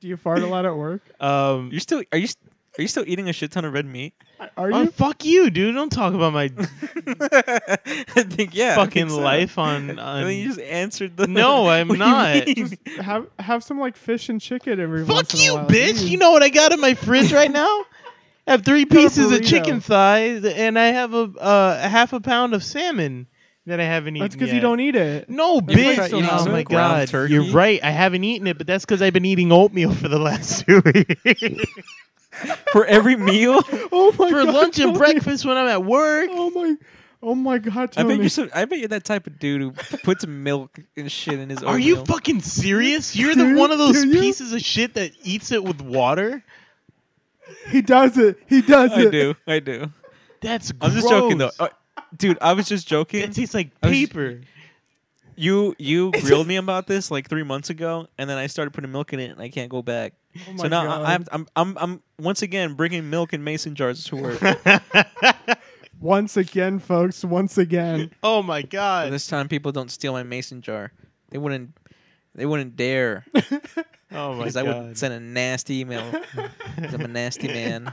Speaker 1: Do you fart a lot at work?
Speaker 3: um,
Speaker 2: you're still. Are you? st- Are you still eating a shit ton of red meat?
Speaker 1: Are
Speaker 3: oh,
Speaker 1: you?
Speaker 3: fuck you, dude! Don't talk about my
Speaker 2: I think yeah. I think
Speaker 3: fucking
Speaker 2: so.
Speaker 3: life on.
Speaker 2: I
Speaker 3: on...
Speaker 2: think you just answered the.
Speaker 3: No, I'm
Speaker 2: What do you
Speaker 3: not.
Speaker 2: mean?
Speaker 1: Just have have some like fish and chicken every
Speaker 3: Fuck
Speaker 1: once in a
Speaker 3: you,
Speaker 1: while.
Speaker 3: bitch!
Speaker 1: Jeez.
Speaker 3: You know what I got in my fridge right now? I have three
Speaker 1: got a
Speaker 3: pieces of
Speaker 1: burrito.
Speaker 3: chicken thighs, and I have a uh, a half a pound of salmon that I haven't eaten.
Speaker 1: that's because
Speaker 3: yet.
Speaker 1: you don't eat it.
Speaker 3: No,
Speaker 1: That's why
Speaker 3: bitch.
Speaker 1: it's so
Speaker 3: oh
Speaker 1: hot.
Speaker 3: my
Speaker 2: Ground
Speaker 3: god,
Speaker 2: turkey?
Speaker 3: you're right. I haven't eaten it, but that's because I've been eating oatmeal for the last two weeks.
Speaker 2: for every meal.
Speaker 1: Oh my
Speaker 3: for
Speaker 1: god!
Speaker 3: lunch and
Speaker 1: Tony.
Speaker 3: breakfast when I'm at work.
Speaker 1: Oh my! Oh my god!
Speaker 2: I
Speaker 1: Tony.
Speaker 2: bet you're. So, I bet you're that type of dude who puts milk and shit in his.
Speaker 3: Are you
Speaker 2: oatmeal.
Speaker 3: fucking serious? You're the
Speaker 1: Dude,
Speaker 3: one of those
Speaker 1: do you?
Speaker 3: pieces of shit that eats it with water.
Speaker 1: He does it. He does
Speaker 2: I
Speaker 1: it.
Speaker 2: do. I do.
Speaker 3: That's gross.
Speaker 2: I'm just joking though, Uh, dude. I was just joking.
Speaker 3: It tastes like
Speaker 2: I was-
Speaker 3: paper.
Speaker 2: You you grilled me about this like three months ago, and then I started putting milk in it, and I can't go back.
Speaker 1: Oh my
Speaker 2: so now
Speaker 1: God.
Speaker 2: I, I'm, I'm I'm I'm once again bringing milk in mason jars to work.
Speaker 1: once again, folks. Once again.
Speaker 3: oh my
Speaker 2: But
Speaker 3: god.
Speaker 2: this time, people don't steal my mason jar. They wouldn't. They wouldn't dare
Speaker 3: Oh my
Speaker 2: because I would
Speaker 3: god.
Speaker 2: send a nasty email. 'cause I'm a nasty man.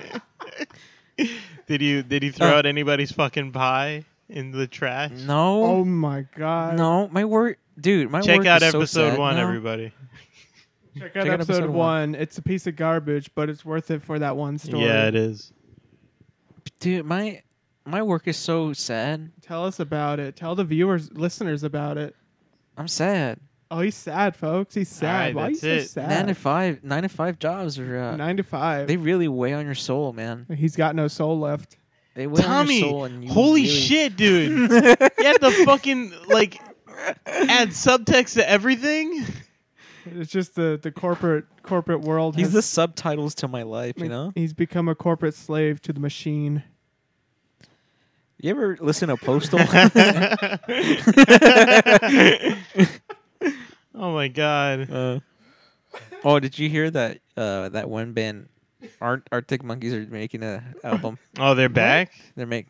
Speaker 3: Did you did you throw
Speaker 2: Oh.
Speaker 3: out anybody's fucking pie in the trash?
Speaker 1: Oh
Speaker 2: No,
Speaker 1: my god.
Speaker 2: no, my work, dude. My
Speaker 3: Check
Speaker 2: work
Speaker 3: out
Speaker 2: is so
Speaker 3: episode
Speaker 2: sad
Speaker 3: one,
Speaker 2: now.
Speaker 3: everybody.
Speaker 1: Check out
Speaker 2: Check out
Speaker 1: episode,
Speaker 2: episode
Speaker 1: one.
Speaker 2: one.
Speaker 1: It's a piece of garbage, but it's worth it for that one story.
Speaker 3: Yeah, it is.
Speaker 2: Dude, my my work is so sad.
Speaker 1: Tell us about it. Tell the viewers, listeners about it.
Speaker 2: I'm sad.
Speaker 1: Oh, he's sad, folks. He's
Speaker 3: Alright,
Speaker 1: sad. Why are you
Speaker 3: that's
Speaker 1: so
Speaker 3: it.
Speaker 1: sad?
Speaker 2: Nine to five, nine to five jobs are uh,
Speaker 1: Nine to five.
Speaker 2: they really weigh on your soul, man.
Speaker 1: he's got no soul left.
Speaker 2: They weigh on your soul, and
Speaker 3: Tommy,
Speaker 2: you
Speaker 3: holy
Speaker 2: really-
Speaker 3: shit, dude! you had to fucking like add subtext to everything.
Speaker 1: It's just the, the corporate corporate world.
Speaker 2: He's
Speaker 1: has-
Speaker 2: the subtitles to my life, you
Speaker 1: like,
Speaker 2: know.
Speaker 1: He's become a corporate slave to the machine.
Speaker 2: You ever listen to Postal?
Speaker 3: Oh my god.
Speaker 2: Uh, oh, did you hear that? Uh, that one band, Art Arctic Monkeys, are making an album.
Speaker 3: Oh, they're back.
Speaker 2: They're make,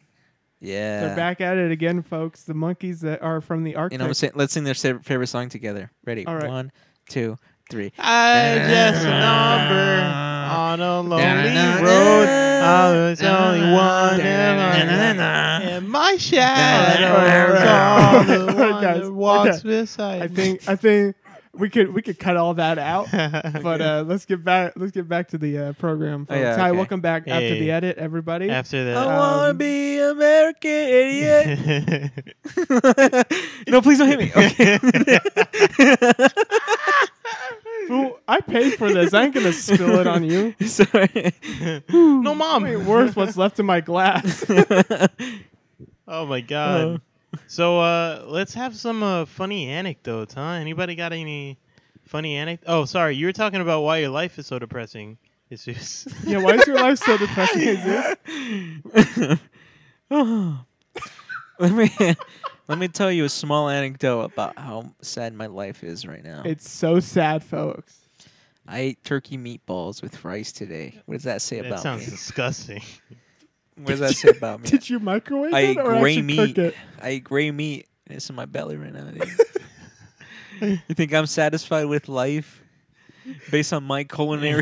Speaker 2: yeah.
Speaker 1: They're back at it again, folks. The monkeys that are from the Arctic.
Speaker 2: And I'm gonna say, let's sing their sa- favorite song together. Ready?
Speaker 1: All right.
Speaker 2: One, two, three.
Speaker 3: I just a number on a lonely road. I was only one and I- and my shadow is all the
Speaker 1: Okay,
Speaker 3: one
Speaker 1: guys,
Speaker 3: that walks
Speaker 1: okay.
Speaker 3: beside.
Speaker 1: I think I think we could we could cut all that out. But uh, let's get back let's get back to the uh, program.
Speaker 2: Oh, yeah,
Speaker 1: folks. Hi,
Speaker 2: okay.
Speaker 1: welcome back after
Speaker 3: Hey.
Speaker 1: the edit, everybody.
Speaker 3: after
Speaker 2: I
Speaker 3: that,
Speaker 2: wanna
Speaker 1: Um,
Speaker 2: be American, idiot. no, please don't hit me. Okay.
Speaker 1: Fool, I paid for this. I ain't gonna spill it on you.
Speaker 2: Sorry.
Speaker 3: no, mom.
Speaker 1: Ain't worth what's left in my glass.
Speaker 3: Oh my god. so uh, let's have some uh, funny anecdotes, huh? Anybody got any funny anecdote? Oh, sorry, you were talking about why your life is so depressing. Jesus.
Speaker 1: yeah, why is your life so depressing? Is this?
Speaker 2: Oh. let me let me tell you a small anecdote about how sad my life is right now.
Speaker 1: It's so sad, folks.
Speaker 2: I ate turkey meatballs with rice today. What does that say
Speaker 3: that
Speaker 2: about
Speaker 3: sounds
Speaker 2: me?
Speaker 3: disgusting.
Speaker 2: What does that say about me?
Speaker 1: Did you microwave
Speaker 2: Oh, I
Speaker 1: it
Speaker 2: eat
Speaker 1: or
Speaker 2: gray
Speaker 1: actually
Speaker 2: meat.
Speaker 1: cook it?
Speaker 2: I eat gray meat. It's in my belly right now. dude. you think I'm satisfied with life based on my culinary?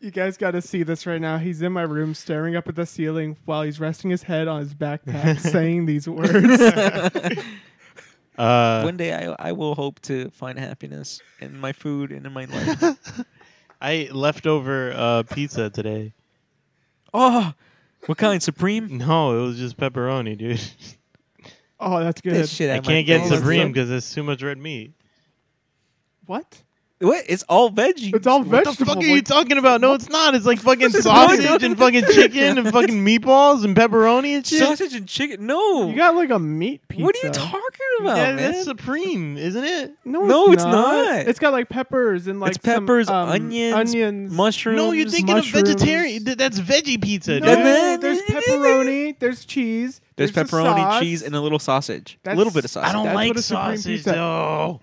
Speaker 1: You guys got to see this right now. He's in my room staring up at the ceiling while he's resting his head on his backpack saying these words.
Speaker 3: Uh,
Speaker 2: One day I, I will hope to find happiness in my food and in my life.
Speaker 3: I ate leftover uh, pizza today.
Speaker 2: oh, what kind? Supreme?
Speaker 3: No, it was just pepperoni, dude.
Speaker 1: Oh, that's good.
Speaker 2: That shit
Speaker 3: I
Speaker 2: out my
Speaker 3: can't get
Speaker 2: face.
Speaker 3: supreme because there's too much red meat.
Speaker 1: What?
Speaker 2: What? It's all veggie.
Speaker 1: It's all
Speaker 3: What
Speaker 1: vegetables.
Speaker 3: the fuck are you talking about? No, it's not. It's like fucking
Speaker 2: This is not-
Speaker 3: sausage and fucking chicken and fucking meatballs and pepperoni and shit.
Speaker 2: sausage and chicken. No.
Speaker 1: You got like a meat pizza.
Speaker 2: what are you talking about,
Speaker 3: Yeah,
Speaker 2: man?
Speaker 3: that's supreme, isn't it?
Speaker 1: No,
Speaker 2: No,
Speaker 1: it's,
Speaker 2: it's
Speaker 1: not.
Speaker 2: not.
Speaker 1: It's got like peppers and like
Speaker 2: it's
Speaker 1: some,
Speaker 2: peppers,
Speaker 1: um,
Speaker 2: onions,
Speaker 1: onions,
Speaker 2: mushrooms.
Speaker 3: No, you're thinking
Speaker 1: mushrooms.
Speaker 3: of vegetarian. Th- that's veggie pizza.
Speaker 1: No,
Speaker 3: dude.
Speaker 2: then-
Speaker 1: there's pepperoni. There's cheese.
Speaker 2: There's,
Speaker 1: the
Speaker 2: pepperoni,
Speaker 1: sauce.
Speaker 2: cheese, and a little sausage. A
Speaker 1: That's-
Speaker 2: little bit of
Speaker 3: I
Speaker 2: sausage.
Speaker 3: don't
Speaker 1: That's
Speaker 3: like
Speaker 1: what a supreme
Speaker 3: sausage.
Speaker 1: pizza-
Speaker 3: No,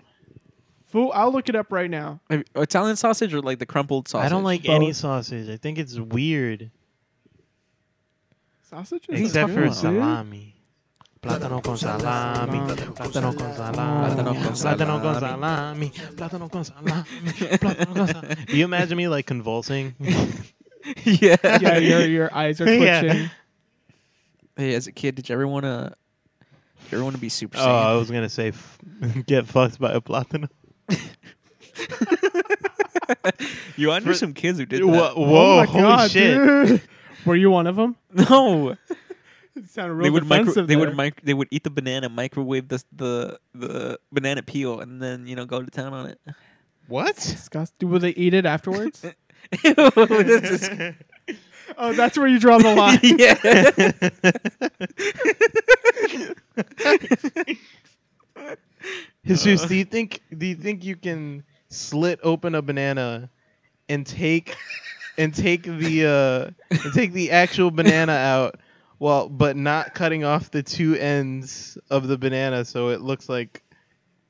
Speaker 1: Fool, I'll look it up right now.
Speaker 2: Maybe- Italian sausage or like the crumpled sausage.
Speaker 3: I don't like
Speaker 1: Both.
Speaker 3: any sausage. I think it's weird,
Speaker 1: Sausage is
Speaker 3: except
Speaker 1: good,
Speaker 3: for
Speaker 1: dude.
Speaker 3: salami. Plátano con salami, plátano con salami,
Speaker 2: Plátano con
Speaker 3: plátano con salami,
Speaker 2: salami.
Speaker 3: plátano con salami, plátano con salami. Do you imagine me like convulsing?
Speaker 2: yeah.
Speaker 1: Yeah, your your eyes are twitching.
Speaker 3: Yeah.
Speaker 2: Hey, as a kid, did you ever want to? Did you ever want to be Super
Speaker 3: Oh, I
Speaker 2: Saiyan?
Speaker 3: was gonna say, f- get fucked by a plátano.
Speaker 2: you, I knew
Speaker 3: for-
Speaker 2: some kids who did that.
Speaker 3: Whoa,
Speaker 1: oh
Speaker 3: whoa
Speaker 1: my
Speaker 3: holy
Speaker 1: god,
Speaker 3: shit!
Speaker 1: dude! Were you one of them?
Speaker 2: No,
Speaker 1: It sounded real
Speaker 2: they would micro,
Speaker 1: defensive.
Speaker 2: they would
Speaker 1: there.
Speaker 2: mic, they would eat the banana, microwave the the the banana peel, and then you know go to town on it.
Speaker 3: What?
Speaker 1: Disgust. Will they eat it afterwards?
Speaker 2: Ew, this is-
Speaker 1: oh, that's where you draw the line.
Speaker 2: yeah.
Speaker 3: Jesus, do you think do you think you can slit open a banana and take and take the uh and take the actual banana out Well, but not cutting off the two ends of the banana so it looks like,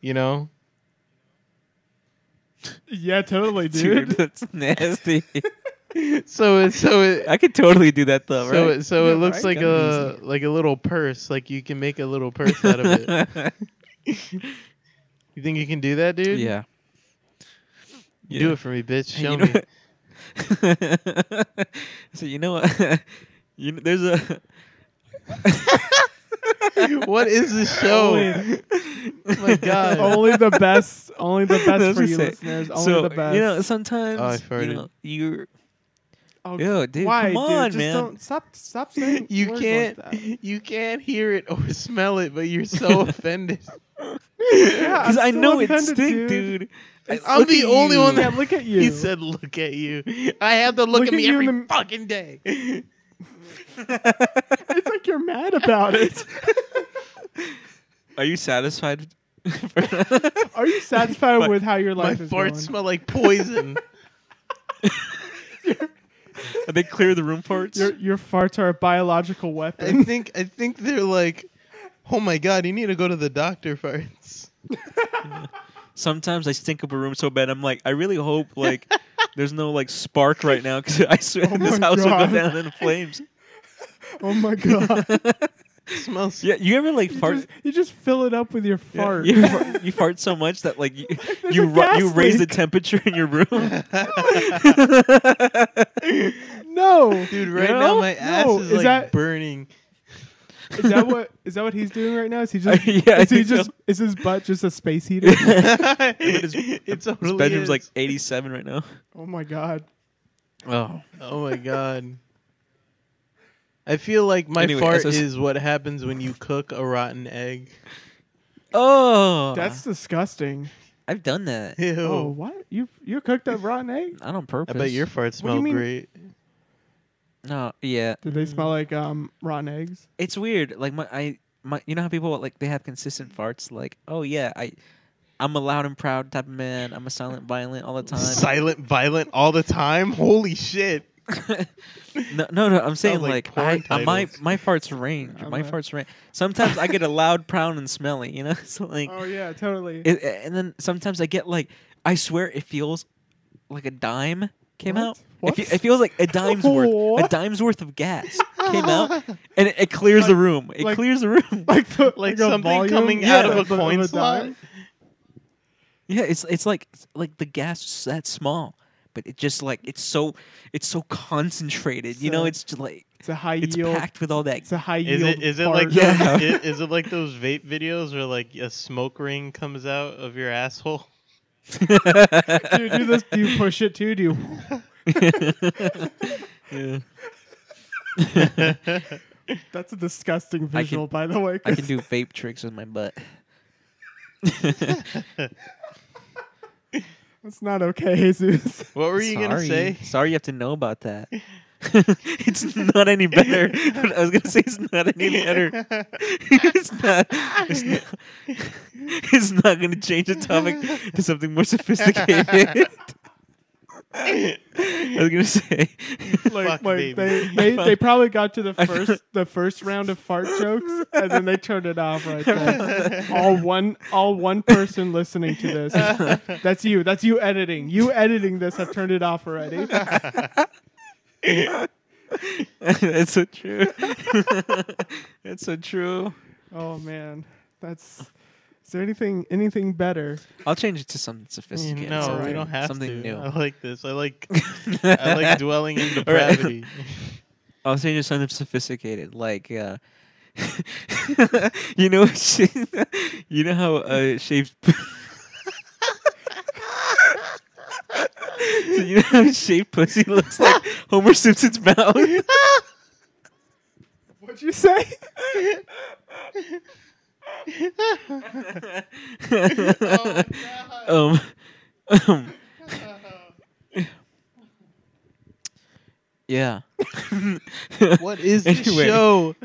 Speaker 3: you know.
Speaker 1: Yeah, totally,
Speaker 2: Dude,
Speaker 1: dude.
Speaker 2: that's nasty.
Speaker 3: So it so it
Speaker 2: I could totally do that though,
Speaker 3: so
Speaker 2: right?
Speaker 3: it, so
Speaker 1: Yeah,
Speaker 3: it looks
Speaker 1: right?
Speaker 3: like
Speaker 2: Gotta
Speaker 3: a like a little purse. Like you can make a little purse out of it. You think you can do that, dude?
Speaker 2: yeah.
Speaker 3: Do it for me, bitch.
Speaker 2: Hey,
Speaker 3: Show
Speaker 2: you know
Speaker 3: me.
Speaker 2: what- so you know what? you know, there's a.
Speaker 3: what is this show?
Speaker 2: oh
Speaker 3: my God.
Speaker 1: only the best. Only the
Speaker 2: I was
Speaker 1: best for
Speaker 2: gonna
Speaker 1: you
Speaker 2: say,
Speaker 1: listeners. Only
Speaker 2: So
Speaker 1: the best.
Speaker 2: you know, sometimes
Speaker 3: Oh, I
Speaker 2: you
Speaker 3: farted.
Speaker 2: know, you're
Speaker 1: oh,
Speaker 2: yo, dude,
Speaker 1: why,
Speaker 2: come
Speaker 1: dude?
Speaker 2: on,
Speaker 1: Just
Speaker 2: man.
Speaker 1: Don't, stop. Stop saying
Speaker 3: You
Speaker 1: words
Speaker 3: can't
Speaker 1: Like that.
Speaker 3: you can't hear it or smell it, but you're so offended.
Speaker 1: Yeah,
Speaker 2: Because
Speaker 1: I'm
Speaker 2: I
Speaker 1: still
Speaker 2: know it
Speaker 1: offended,
Speaker 2: stink,
Speaker 1: dude.
Speaker 2: dude. I-
Speaker 3: I'm
Speaker 2: look
Speaker 3: the
Speaker 2: at
Speaker 3: only one
Speaker 2: you.
Speaker 1: Yeah, look at you.
Speaker 3: He said, "Look at you." I have to look,
Speaker 1: Look
Speaker 3: at
Speaker 1: at
Speaker 3: me
Speaker 1: you in
Speaker 3: every
Speaker 1: the-
Speaker 3: fucking day.
Speaker 1: it's like you're mad about it.
Speaker 2: Are you satisfied?
Speaker 1: Are you satisfied
Speaker 2: My-
Speaker 1: with how your
Speaker 3: My
Speaker 1: life is going?
Speaker 3: farts smell like poison.
Speaker 2: Are they clear the room parts?
Speaker 1: your your farts are a biological
Speaker 3: I
Speaker 1: weapon.
Speaker 3: think I think they're like, "Oh my god, you need to go to the doctor farts."
Speaker 2: Sometimes I stink up a room so bad. I'm like, I really hope like there's no like spark right now because I swear
Speaker 1: Oh
Speaker 2: this
Speaker 1: my
Speaker 2: house will
Speaker 1: God.
Speaker 2: go down in flames.
Speaker 1: oh my god!
Speaker 3: It smells.
Speaker 2: Yeah, you ever like
Speaker 1: You
Speaker 2: fart?
Speaker 1: just, you just fill it up with your
Speaker 2: Yeah,
Speaker 1: fart.
Speaker 2: You, fart- you fart so much that like you you,
Speaker 1: a
Speaker 2: ru- you
Speaker 1: gas
Speaker 2: raise the
Speaker 1: leak.
Speaker 2: temperature in your room.
Speaker 1: no,
Speaker 3: Dude, right
Speaker 2: You
Speaker 3: now
Speaker 2: know?
Speaker 3: my ass
Speaker 1: No,
Speaker 3: is,
Speaker 1: is
Speaker 3: like
Speaker 1: that-
Speaker 3: burning.
Speaker 1: is that what is that what he's doing right now? Is he just
Speaker 2: Yeah, I
Speaker 1: is he
Speaker 2: think so.
Speaker 1: just is his butt just a space heater?
Speaker 2: his-
Speaker 3: it's
Speaker 2: His bedroom's like 87 right now.
Speaker 1: oh my god!
Speaker 2: Uh-huh. Oh,
Speaker 3: Oh my god. I feel like my
Speaker 2: Anyway,
Speaker 3: fart
Speaker 2: so s-
Speaker 3: is what happens when you cook a rotten egg.
Speaker 2: oh,
Speaker 1: That's disgusting.
Speaker 2: I've done that.
Speaker 3: Ew.
Speaker 1: Oh, what you you cooked up rotten egg?
Speaker 2: Not on purpose.
Speaker 3: I bet your fart
Speaker 1: What do you
Speaker 3: smelled
Speaker 1: mean?
Speaker 3: great.
Speaker 2: No, yeah,
Speaker 1: Did they
Speaker 2: Mm.
Speaker 1: smell like um rotten eggs?
Speaker 2: it's weird. Like my, I, my, you know how people like they have consistent farts. Like, oh yeah, I, I'm a loud and proud type of man. I'm a silent, violent all the
Speaker 1: Uh,
Speaker 2: time.
Speaker 3: Silent, violent all the time. Holy shit.
Speaker 2: no, no, no. I'm saying
Speaker 3: Sounds like porn
Speaker 2: like, I, uh, my
Speaker 3: titles. Uh-huh.
Speaker 2: my farts range.
Speaker 1: I'm
Speaker 2: my
Speaker 1: a-
Speaker 2: farts range. Sometimes I get a loud, proud, and smelly. You know, so like,
Speaker 1: Oh yeah, totally.
Speaker 2: it, and then sometimes I get like, I swear it feels like a dime came
Speaker 1: What?
Speaker 2: out.
Speaker 1: What?
Speaker 2: It, fe- it feels like a dime's worth, a
Speaker 1: What?
Speaker 2: dime's worth of gas came out, and it, it clears the room. It
Speaker 1: like-
Speaker 2: clears the room.
Speaker 1: like the, like,
Speaker 3: Like
Speaker 1: a
Speaker 3: something
Speaker 1: volume?
Speaker 3: coming
Speaker 1: Yeah,
Speaker 3: out of a coin
Speaker 1: dime.
Speaker 3: slot.
Speaker 2: Yeah, it's it's like it's like the gas is that small, but it just like it's so it's so concentrated. you know,
Speaker 1: So-
Speaker 2: it's just like
Speaker 1: It's a high
Speaker 2: it's
Speaker 1: yield.
Speaker 2: packed with all that.
Speaker 1: It's a high
Speaker 3: Is
Speaker 1: yield.
Speaker 3: it is it
Speaker 1: fart.
Speaker 3: like those,
Speaker 2: Yeah.
Speaker 3: i- is, it like those vape videos where like a smoke ring comes out of your asshole?
Speaker 1: do you do this? Do you push it too? Do you?
Speaker 2: Yeah.
Speaker 1: That's a disgusting
Speaker 2: I
Speaker 1: visual, by the way.
Speaker 2: I can do vape tricks with my butt.
Speaker 1: That's not okay, Jesus.
Speaker 3: What were you
Speaker 2: Sorry.
Speaker 3: gonna say?
Speaker 2: Sorry, you have to know about that. it's not any better. I was gonna say it's not any better. it's not. It's not, it's not gonna change the topic to something more sophisticated. I was gonna say.
Speaker 1: Like,
Speaker 3: Fuck,
Speaker 1: like
Speaker 3: baby.
Speaker 1: they, they, they probably got to the
Speaker 2: I
Speaker 1: first
Speaker 2: found-
Speaker 1: the first round of fart jokes, and then they turned it off right there. all one all one person listening to this. That's you. That's you editing. You editing this have turned it off already.
Speaker 2: That's so true. That's so true.
Speaker 1: Oh man, that's. Is there anything anything better?
Speaker 2: I'll change it to something sophisticated.
Speaker 3: no, we
Speaker 2: something-
Speaker 3: don't have
Speaker 2: something
Speaker 3: to.
Speaker 2: new.
Speaker 3: I like this. I like I like dwelling in depravity.
Speaker 2: I'll say just something sophisticated, like uh, you know, you know how uh, shaved. so you know how shaved pussy looks like Homer Simpson's mouth.
Speaker 1: What'd you say?
Speaker 3: Oh,
Speaker 2: um, um, yeah,
Speaker 3: what is this
Speaker 2: Anyway.
Speaker 3: show?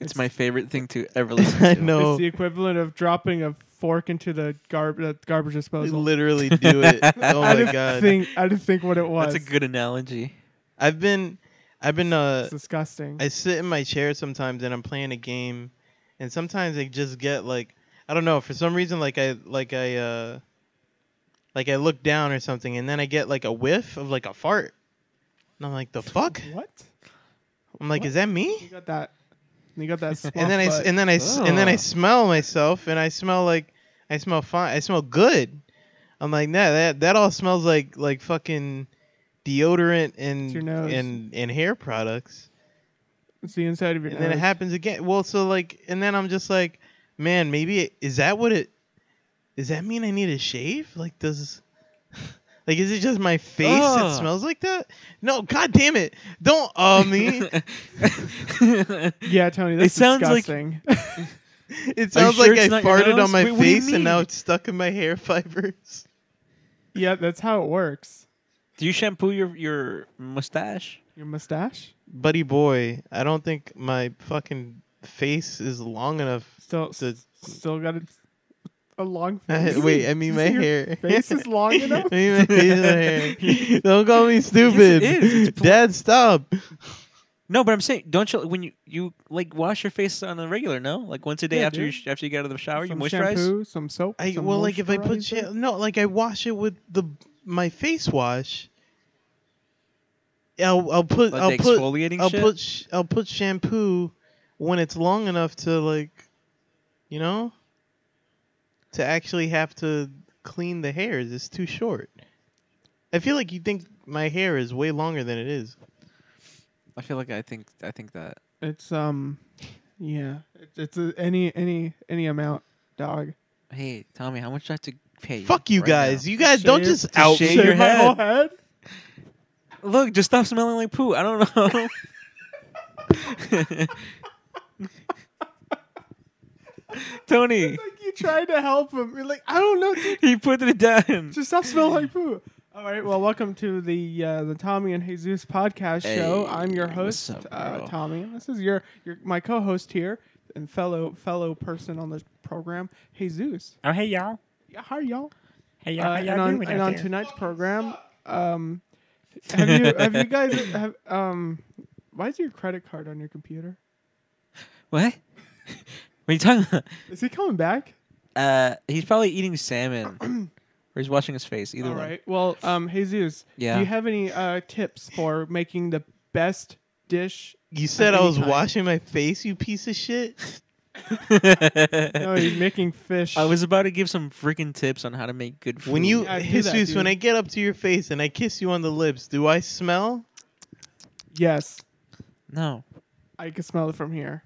Speaker 2: it's my favorite thing to ever listen to.
Speaker 3: I know.
Speaker 1: It's the equivalent of dropping a fork into the garb the garbage
Speaker 3: I
Speaker 1: disposal.
Speaker 3: literally do it. Oh my
Speaker 1: I didn't
Speaker 3: god.
Speaker 1: think I didn't think what it was.
Speaker 2: That's a good analogy.
Speaker 3: I've been I've been uh,
Speaker 1: It's disgusting.
Speaker 3: I sit in my chair sometimes and I'm playing a game, and sometimes I just get like I don't know for some reason like I like I uh like I look down or something and then I get like a whiff of like a fart, and I'm like the fuck.
Speaker 1: what?
Speaker 3: I'm like
Speaker 1: What?
Speaker 3: is that
Speaker 1: You
Speaker 3: me?
Speaker 1: got that. You got that.
Speaker 3: And then I s-
Speaker 1: swamp
Speaker 3: and then I s- and then I
Speaker 1: Oh.
Speaker 2: Ugh.
Speaker 3: smell myself and I smell like I smell fine. I smell good. I'm like nah that that all smells like like fucking deodorant and
Speaker 1: your nose.
Speaker 3: and and hair products.
Speaker 1: butt. It's the inside of your
Speaker 3: and
Speaker 1: nose.
Speaker 3: then it happens again. Well, so like, and then I'm just like, man, maybe it, is that what it? Does that mean I need a shave? Like, does like is it just my face that
Speaker 2: Ugh.
Speaker 3: smells like that? No, god damn it! Don't uh me.
Speaker 1: Yeah, Tony, that's
Speaker 2: sounds like-
Speaker 1: disgusting.
Speaker 3: it sounds
Speaker 2: sure
Speaker 3: like I
Speaker 2: it's not your
Speaker 3: farted on
Speaker 2: nose?
Speaker 3: my
Speaker 2: Wait, what do you
Speaker 3: face and now
Speaker 2: mean?
Speaker 3: it's stuck in my hair fibers.
Speaker 1: yeah, that's how it works.
Speaker 2: Do you shampoo your your mustache?
Speaker 1: Your mustache?
Speaker 3: Buddy boy, I don't think my fucking face is long enough.
Speaker 1: Still,
Speaker 3: So-
Speaker 1: still got a, a long face.
Speaker 3: Wait, I mean
Speaker 1: You
Speaker 3: my
Speaker 1: said your
Speaker 3: hair.
Speaker 1: Face is long enough.
Speaker 3: I mean, my face and my hair. Don't call me stupid.
Speaker 2: is. It's pl-
Speaker 3: Dad, stop.
Speaker 2: No, but I'm saying, don't you when you you like wash your face on the regular? No, like once a day
Speaker 1: Yeah,
Speaker 2: after you
Speaker 1: dude.
Speaker 2: sh- after you get out of the shower,
Speaker 1: some
Speaker 2: you moisturize.
Speaker 1: shampoo, some soap.
Speaker 3: I
Speaker 1: some
Speaker 3: well, like if I put
Speaker 1: moisturizer.
Speaker 3: shit, no, like I wash it with the my face wash. I'll I'll put
Speaker 2: Like
Speaker 3: I'll
Speaker 2: the
Speaker 3: put
Speaker 2: exfoliating
Speaker 3: I'll
Speaker 2: shit?
Speaker 3: put sh- I'll put shampoo when it's long enough to like, you know, to actually have to clean the hairs. It's too short. I feel like you think my hair is way longer than it is.
Speaker 2: I feel like I think I think that.
Speaker 1: It's um, yeah, it's, it's a, any any any amount, dog.
Speaker 2: Hey, Tommy, how much do I have to pay?
Speaker 3: Fuck you
Speaker 2: right
Speaker 3: guys!
Speaker 2: now?
Speaker 3: You guys don't
Speaker 1: shave-
Speaker 3: just
Speaker 2: to
Speaker 3: out.
Speaker 2: Shave your
Speaker 1: my
Speaker 2: head.
Speaker 1: whole head.
Speaker 2: Look, just stop smelling like poo. I don't know. Tony,
Speaker 1: Like you tried to help him. You're like, I don't know, dude.
Speaker 2: he put it down.
Speaker 1: Just stop smelling like poo. All right, well, welcome to the uh, the Tommy and Jesus podcast show.
Speaker 2: Hey,
Speaker 1: I'm your
Speaker 2: what's
Speaker 1: host,
Speaker 2: up,
Speaker 1: uh,
Speaker 2: bro?
Speaker 1: Tommy. This is your your my co-host here and fellow fellow person on this program, Jesus.
Speaker 4: Oh hey y'all.
Speaker 1: Yeah, hi y'all.
Speaker 4: Hey
Speaker 1: Uh,
Speaker 4: y'all. how
Speaker 1: and
Speaker 4: y'all
Speaker 1: on,
Speaker 4: doing
Speaker 1: and
Speaker 4: out
Speaker 1: on
Speaker 4: there?
Speaker 1: tonight's program, um, have you have you guys have um, why is your credit card on your computer?
Speaker 2: What? What are you talking about?
Speaker 1: Is he coming back?
Speaker 2: Uh, he's probably eating salmon, or he's washing his face. Either
Speaker 1: All
Speaker 2: one.
Speaker 1: right. Well, um, Jesus,
Speaker 2: Yeah.
Speaker 1: do you have any uh, tips for making the best dish?
Speaker 3: You said I
Speaker 1: any
Speaker 3: was
Speaker 1: time.
Speaker 3: washing my face. You piece of shit.
Speaker 1: No, he's making fish.
Speaker 2: Uh, I was about to give some freaking tips on how to make good food.
Speaker 3: When you,
Speaker 1: Yeah, do that,
Speaker 3: Jesus, when
Speaker 1: dude.
Speaker 3: I get up to your face and I kiss you on the lips, do I smell?
Speaker 1: yes.
Speaker 2: no,
Speaker 1: I can smell it from here.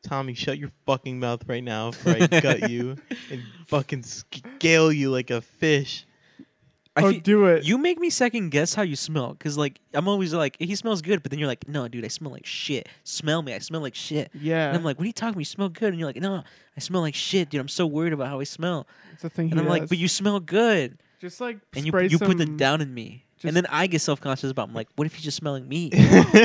Speaker 3: Tommy, shut your fucking mouth right now before I gut you and fucking scale you like a fish.
Speaker 2: I
Speaker 1: oh,
Speaker 2: fe-
Speaker 1: do it.
Speaker 2: you make me second guess how you smell because like I'm always like he smells good, but then you're like, no, dude, I smell like shit. Smell me, I smell like shit.
Speaker 1: yeah.
Speaker 2: And I'm like, what are you talking about? You smell good, and you're like, no, I smell like shit, dude. I'm so worried about how I smell.
Speaker 1: it's a thing.
Speaker 2: And
Speaker 1: he
Speaker 2: I'm like,
Speaker 1: does.
Speaker 2: but you smell good,
Speaker 1: just like
Speaker 2: and you
Speaker 1: spray
Speaker 2: you put the
Speaker 1: some-
Speaker 2: down in me,
Speaker 1: just-
Speaker 2: and then I get self conscious about. I'm like, what if he's just smelling me?
Speaker 3: That's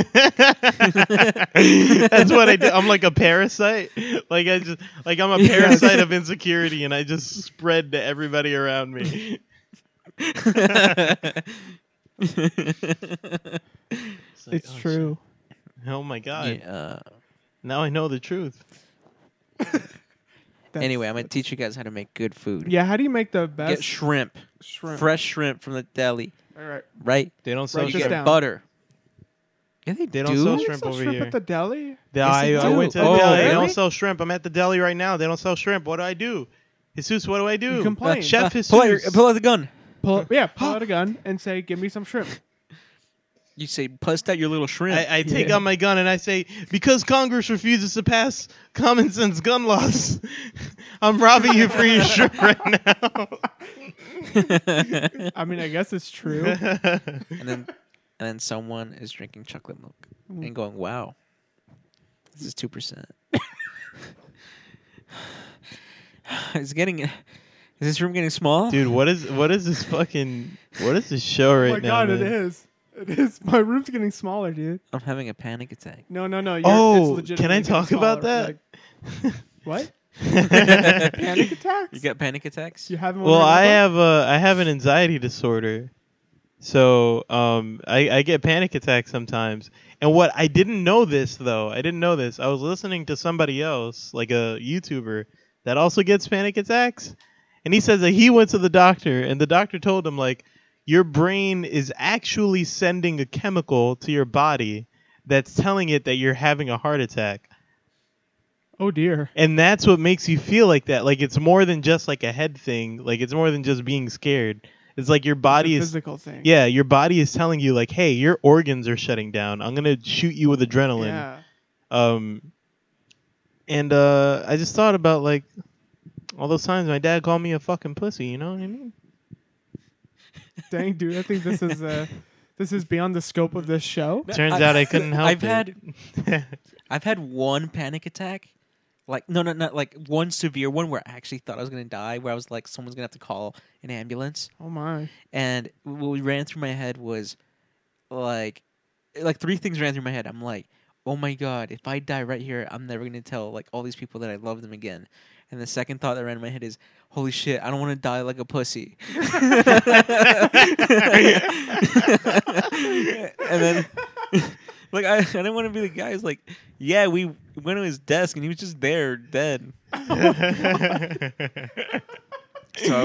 Speaker 3: what I do. I'm like a parasite. Like I just, like I'm a
Speaker 2: Yes.
Speaker 3: parasite of insecurity, and I just spread to everybody around me. It's, like,
Speaker 1: It's
Speaker 3: oh,
Speaker 1: true.
Speaker 3: shit. Oh my god!
Speaker 2: Yeah, uh,
Speaker 3: Now I know the truth.
Speaker 1: That's-
Speaker 2: anyway, I'm gonna teach you guys how to make good food.
Speaker 1: yeah. How do you make the best
Speaker 2: Get shrimp,
Speaker 1: shrimp?
Speaker 2: fresh shrimp from the deli,
Speaker 1: All right.
Speaker 2: right?
Speaker 3: They don't sell
Speaker 1: Write
Speaker 2: you
Speaker 1: this
Speaker 2: get
Speaker 3: shrimp.
Speaker 1: down.
Speaker 2: butter. Yeah, they,
Speaker 3: They
Speaker 2: do.
Speaker 3: don't sell
Speaker 1: They
Speaker 3: shrimp
Speaker 1: sell
Speaker 3: over
Speaker 1: shrimp
Speaker 3: here.
Speaker 1: at the deli.
Speaker 3: They-
Speaker 2: Yes,
Speaker 3: I,
Speaker 2: they
Speaker 3: I went to
Speaker 2: do.
Speaker 3: the
Speaker 2: Oh,
Speaker 3: deli. They
Speaker 2: really?
Speaker 3: don't sell shrimp. I'm at the deli right now. They don't sell shrimp. What do I do? Jesus, what do I do?
Speaker 1: You complain.
Speaker 3: Chef
Speaker 2: Uh, pull, out your,
Speaker 3: Jesus.
Speaker 2: pull out the gun.
Speaker 1: Pull, yeah, pull out a gun and say, "Give me some shrimp."
Speaker 2: You say, bust out your little shrimp.
Speaker 3: I, I take
Speaker 1: Yeah.
Speaker 3: out my gun and I say, because Congress refuses to pass common sense gun laws, I'm robbing you for your shrimp right now.
Speaker 1: I mean, I guess it's true.
Speaker 2: and then, and then someone is drinking chocolate milk and going, "Wow, this is two percent." it's getting. Is this room getting small?
Speaker 3: Dude, what is what is this fucking what is this show
Speaker 1: oh
Speaker 3: right
Speaker 1: my
Speaker 3: now?
Speaker 1: god, it
Speaker 3: man?
Speaker 1: is. It is. My room's getting smaller, dude.
Speaker 2: I'm having a panic attack.
Speaker 1: No, no, no. You're,
Speaker 3: Oh,
Speaker 1: it's
Speaker 3: can I
Speaker 1: legitimately getting
Speaker 3: talk about
Speaker 1: smaller.
Speaker 3: that?
Speaker 1: Like, what?
Speaker 2: you
Speaker 1: Panic attacks.
Speaker 2: got panic attacks?
Speaker 1: You having one
Speaker 3: well,
Speaker 1: right
Speaker 3: I
Speaker 1: now, bud?
Speaker 3: have a I have an anxiety disorder, so um I, I get panic attacks sometimes, And what I didn't know this though, I didn't know this. I was listening to somebody else, like a YouTuber that also gets panic attacks, and he says that he went to the doctor and the doctor told him like your brain is actually sending a chemical to your body that's telling it that you're having a heart attack.
Speaker 1: Oh dear.
Speaker 3: And that's what makes you feel like that. Like it's more than just like a head thing. Like it's more than just being scared. It's like your body
Speaker 1: It's a
Speaker 3: is
Speaker 1: physical thing.
Speaker 3: yeah, your body is telling you like, hey, your organs are shutting down. I'm gonna shoot you with adrenaline.
Speaker 1: Yeah.
Speaker 3: Um, and uh, I just thought about like all those times my dad called me a fucking pussy. You know what I mean?
Speaker 1: Dang, dude. I think this is uh, this is beyond the scope of this show.
Speaker 3: Turns out I couldn't help
Speaker 2: I've
Speaker 3: it.
Speaker 2: had I've had one panic attack. Like no no not like one severe one where I actually thought I was gonna die, where I was like someone's gonna have to call an ambulance.
Speaker 1: Oh my.
Speaker 2: And what ran through my head was like like three things ran through my head. I'm like, oh my god, if I die right here, I'm never gonna tell like all these people that I love them again. And the second thought that ran in my head is, holy shit, I don't want to die like a pussy. and then, like, I, I didn't want to be the guy who's like, yeah, we went to his desk and he was just there, dead. So,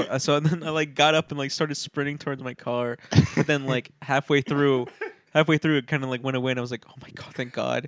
Speaker 2: I- so then I like got up and like started sprinting towards my car, but then like halfway through, halfway through it kind of like went away, and I was like, "Oh my god, thank God!"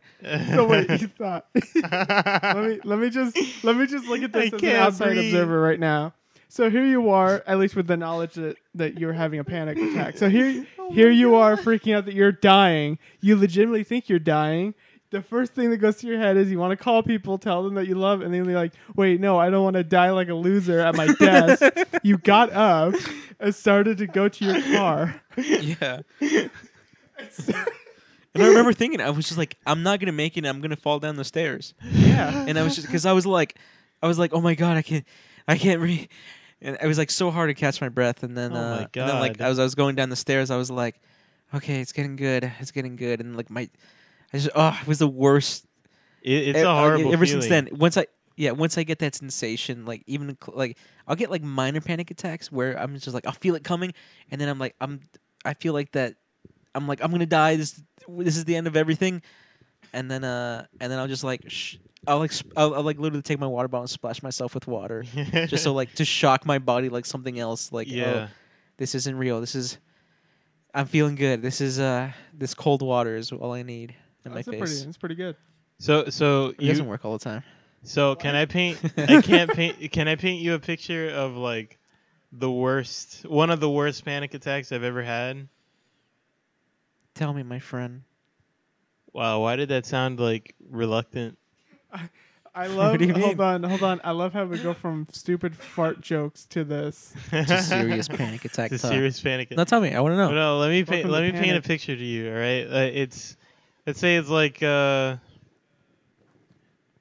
Speaker 1: So wait, you thought? let me let me just let me just look at
Speaker 3: I
Speaker 1: this as an
Speaker 3: can't
Speaker 1: outside
Speaker 3: breathe.
Speaker 1: observer right now. So here you are, at least with the knowledge that, that you're having a panic attack. So here
Speaker 3: Oh
Speaker 1: here you are freaking out that you're dying. You legitimately think you're dying. The first thing that goes through your head is you want to call people, tell them that you love, and then you're like, wait, no, I don't want to die like a loser at my desk. you got up and started to go to your car.
Speaker 2: Yeah. And I remember thinking, I was just like, "I'm not gonna make it. I'm gonna fall down the stairs."
Speaker 1: yeah.
Speaker 2: And I was just because I was like, I was like, "Oh my god, I can't, I can't re." And it was like so hard to catch my breath. And then,
Speaker 3: Oh
Speaker 2: uh,
Speaker 3: my
Speaker 2: and then like
Speaker 3: God.
Speaker 2: I was, I was going down the stairs. I was like, "Okay, it's getting good. It's getting good." And like my, I just, oh, it was the worst
Speaker 3: It- it's
Speaker 2: Ev-
Speaker 3: a
Speaker 2: uh,
Speaker 3: horrible.
Speaker 2: Ever since
Speaker 3: feeling.
Speaker 2: then, once I yeah, once I get that sensation, like even cl- like I'll get like minor panic attacks where I'm just like I'll feel it coming, and then I'm like I'm I feel like that I'm like I'm gonna die. This this is the end of everything, and then uh and then I'll just like sh- I'll like sp- I'll, I'll like literally take my water bottle and splash myself with water. Just so like to shock my body like something else like
Speaker 3: yeah.
Speaker 2: oh this isn't real this is I'm feeling good this is uh this cold water is all I need in
Speaker 1: That's
Speaker 2: my
Speaker 1: a
Speaker 2: face
Speaker 1: pretty, that's pretty good.
Speaker 3: So so
Speaker 2: it doesn't
Speaker 3: you
Speaker 2: work all the time
Speaker 3: so can I paint? I can't paint. Can I paint you a picture of like the worst, one of the worst panic attacks I've ever had?
Speaker 2: Tell me, my friend.
Speaker 3: Wow, why did that sound like reluctant?
Speaker 1: I love.
Speaker 2: do you
Speaker 1: hold
Speaker 2: mean?
Speaker 1: on, hold on. I love how we go from stupid fart jokes to this.
Speaker 2: It's a serious panic attack.
Speaker 3: It's a
Speaker 2: talk.
Speaker 3: serious panic.
Speaker 2: No, tell me. I want to
Speaker 3: But
Speaker 2: know.
Speaker 3: no, let me paint,
Speaker 1: Welcome
Speaker 3: let
Speaker 1: to
Speaker 3: me paint a
Speaker 1: panic.
Speaker 3: picture to you. All right, uh, it's let's say it's like uh,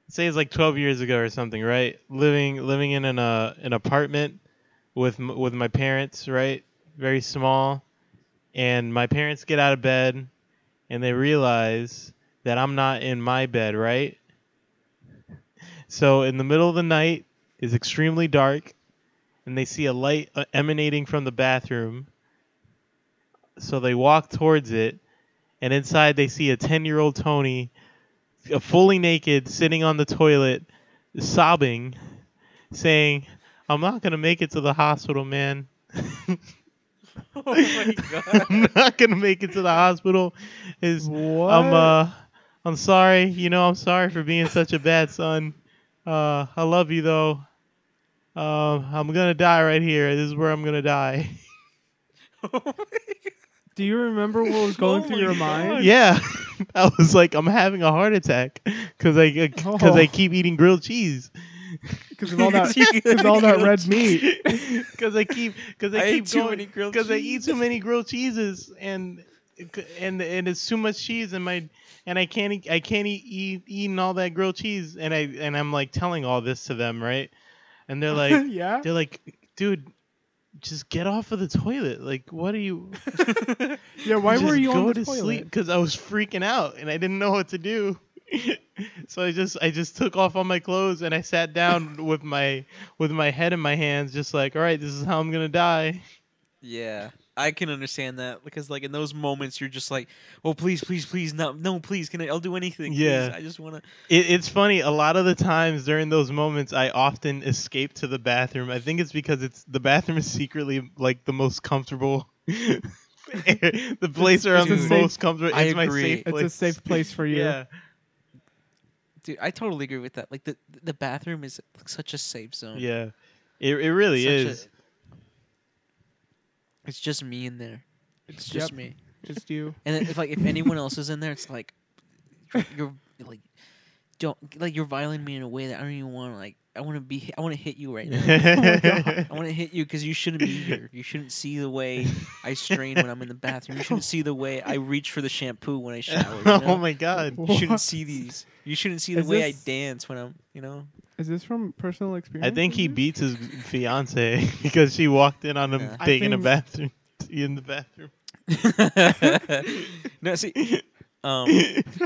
Speaker 3: say it's like 12 years ago or something, right? Living living in an uh, an apartment with m- with my parents, right? Very small, and my parents get out of bed, and they realize that I'm not in my bed, right? So in the middle of the night, it's extremely dark, and they see a light uh, emanating from the bathroom so they walk towards it and inside they see a 10 year old tony uh, fully naked sitting on the toilet sobbing saying i'm not going to make it to the hospital man
Speaker 2: Oh my
Speaker 3: i'm not going to make it to the hospital is
Speaker 1: What?
Speaker 3: i'm uh i'm sorry you know i'm sorry for being such a bad son uh i love you though um i'm going to die right here this is where i'm going to die
Speaker 1: Do you remember what was going
Speaker 2: Oh
Speaker 1: through
Speaker 2: my
Speaker 1: your
Speaker 2: God.
Speaker 1: mind?
Speaker 3: Yeah, I was like, I'm having a heart attack because I because
Speaker 1: Oh.
Speaker 3: I keep eating grilled cheese
Speaker 1: Because of all that, because all that red meat.
Speaker 3: because I keep because I,
Speaker 2: I
Speaker 3: keep
Speaker 2: ate too many
Speaker 3: going
Speaker 2: grilled
Speaker 3: because I eat too many grilled cheeses and and and it's too much cheese in my and I can't eat, I can't eat, eat eating all that grilled cheese and I and I'm like telling all this to them right and they're like
Speaker 1: yeah.
Speaker 3: they're like dude just get off of the toilet like what are you
Speaker 1: Yeah. Why
Speaker 3: just
Speaker 1: were you
Speaker 3: go
Speaker 1: on the
Speaker 3: to
Speaker 1: toilet?
Speaker 3: sleep because I was freaking out and I didn't know what to do. so I just I just took off all my clothes and I sat down with my with my head in my hands, just like, all right, this is how I'm gonna die.
Speaker 2: Yeah. I can understand that because like in those moments you're just like, oh please, please, please, no, no, please, can I? I'll do anything. please.
Speaker 3: Yeah.
Speaker 2: I just want to.
Speaker 3: It, it's funny. A lot of the times during those moments, I often escape to the bathroom. I think it's because it's the bathroom is secretly like the most comfortable, the place where
Speaker 1: it's
Speaker 3: I'm
Speaker 1: a
Speaker 3: the
Speaker 1: safe-
Speaker 3: most comfortable.
Speaker 2: I
Speaker 3: It's my
Speaker 2: agree.
Speaker 3: safe
Speaker 2: It's
Speaker 1: It's
Speaker 3: place.
Speaker 1: a safe place for you.
Speaker 3: Yeah,
Speaker 2: Dude, I totally agree with that. Like the the bathroom is like, such a safe zone.
Speaker 3: yeah. It it really
Speaker 2: Such a-
Speaker 3: is.
Speaker 2: it's just me in there. It's just
Speaker 1: Yep.
Speaker 2: me.
Speaker 1: Just you.
Speaker 2: And then if like if anyone else is in there, it's like you're, you're like don't like you're violating me in a way that I don't even want. to Like I want to be. I want to hit you right now. Oh I want to hit you because you shouldn't be here. You shouldn't see the way I strain when I'm in the bathroom. You shouldn't see the way I reach for the shampoo when I shower. You know?
Speaker 3: oh my god.
Speaker 2: You shouldn't
Speaker 1: What?
Speaker 2: see these. You shouldn't see the
Speaker 1: Is
Speaker 2: way
Speaker 1: this-
Speaker 2: I dance when I'm, you know.
Speaker 1: Is this from personal experience?
Speaker 3: I think he
Speaker 1: maybe?
Speaker 3: beats his fiance because she walked in on him
Speaker 2: Yeah.
Speaker 1: I
Speaker 3: taking a
Speaker 1: think-
Speaker 3: bathroom in the bathroom.
Speaker 2: no, see, um,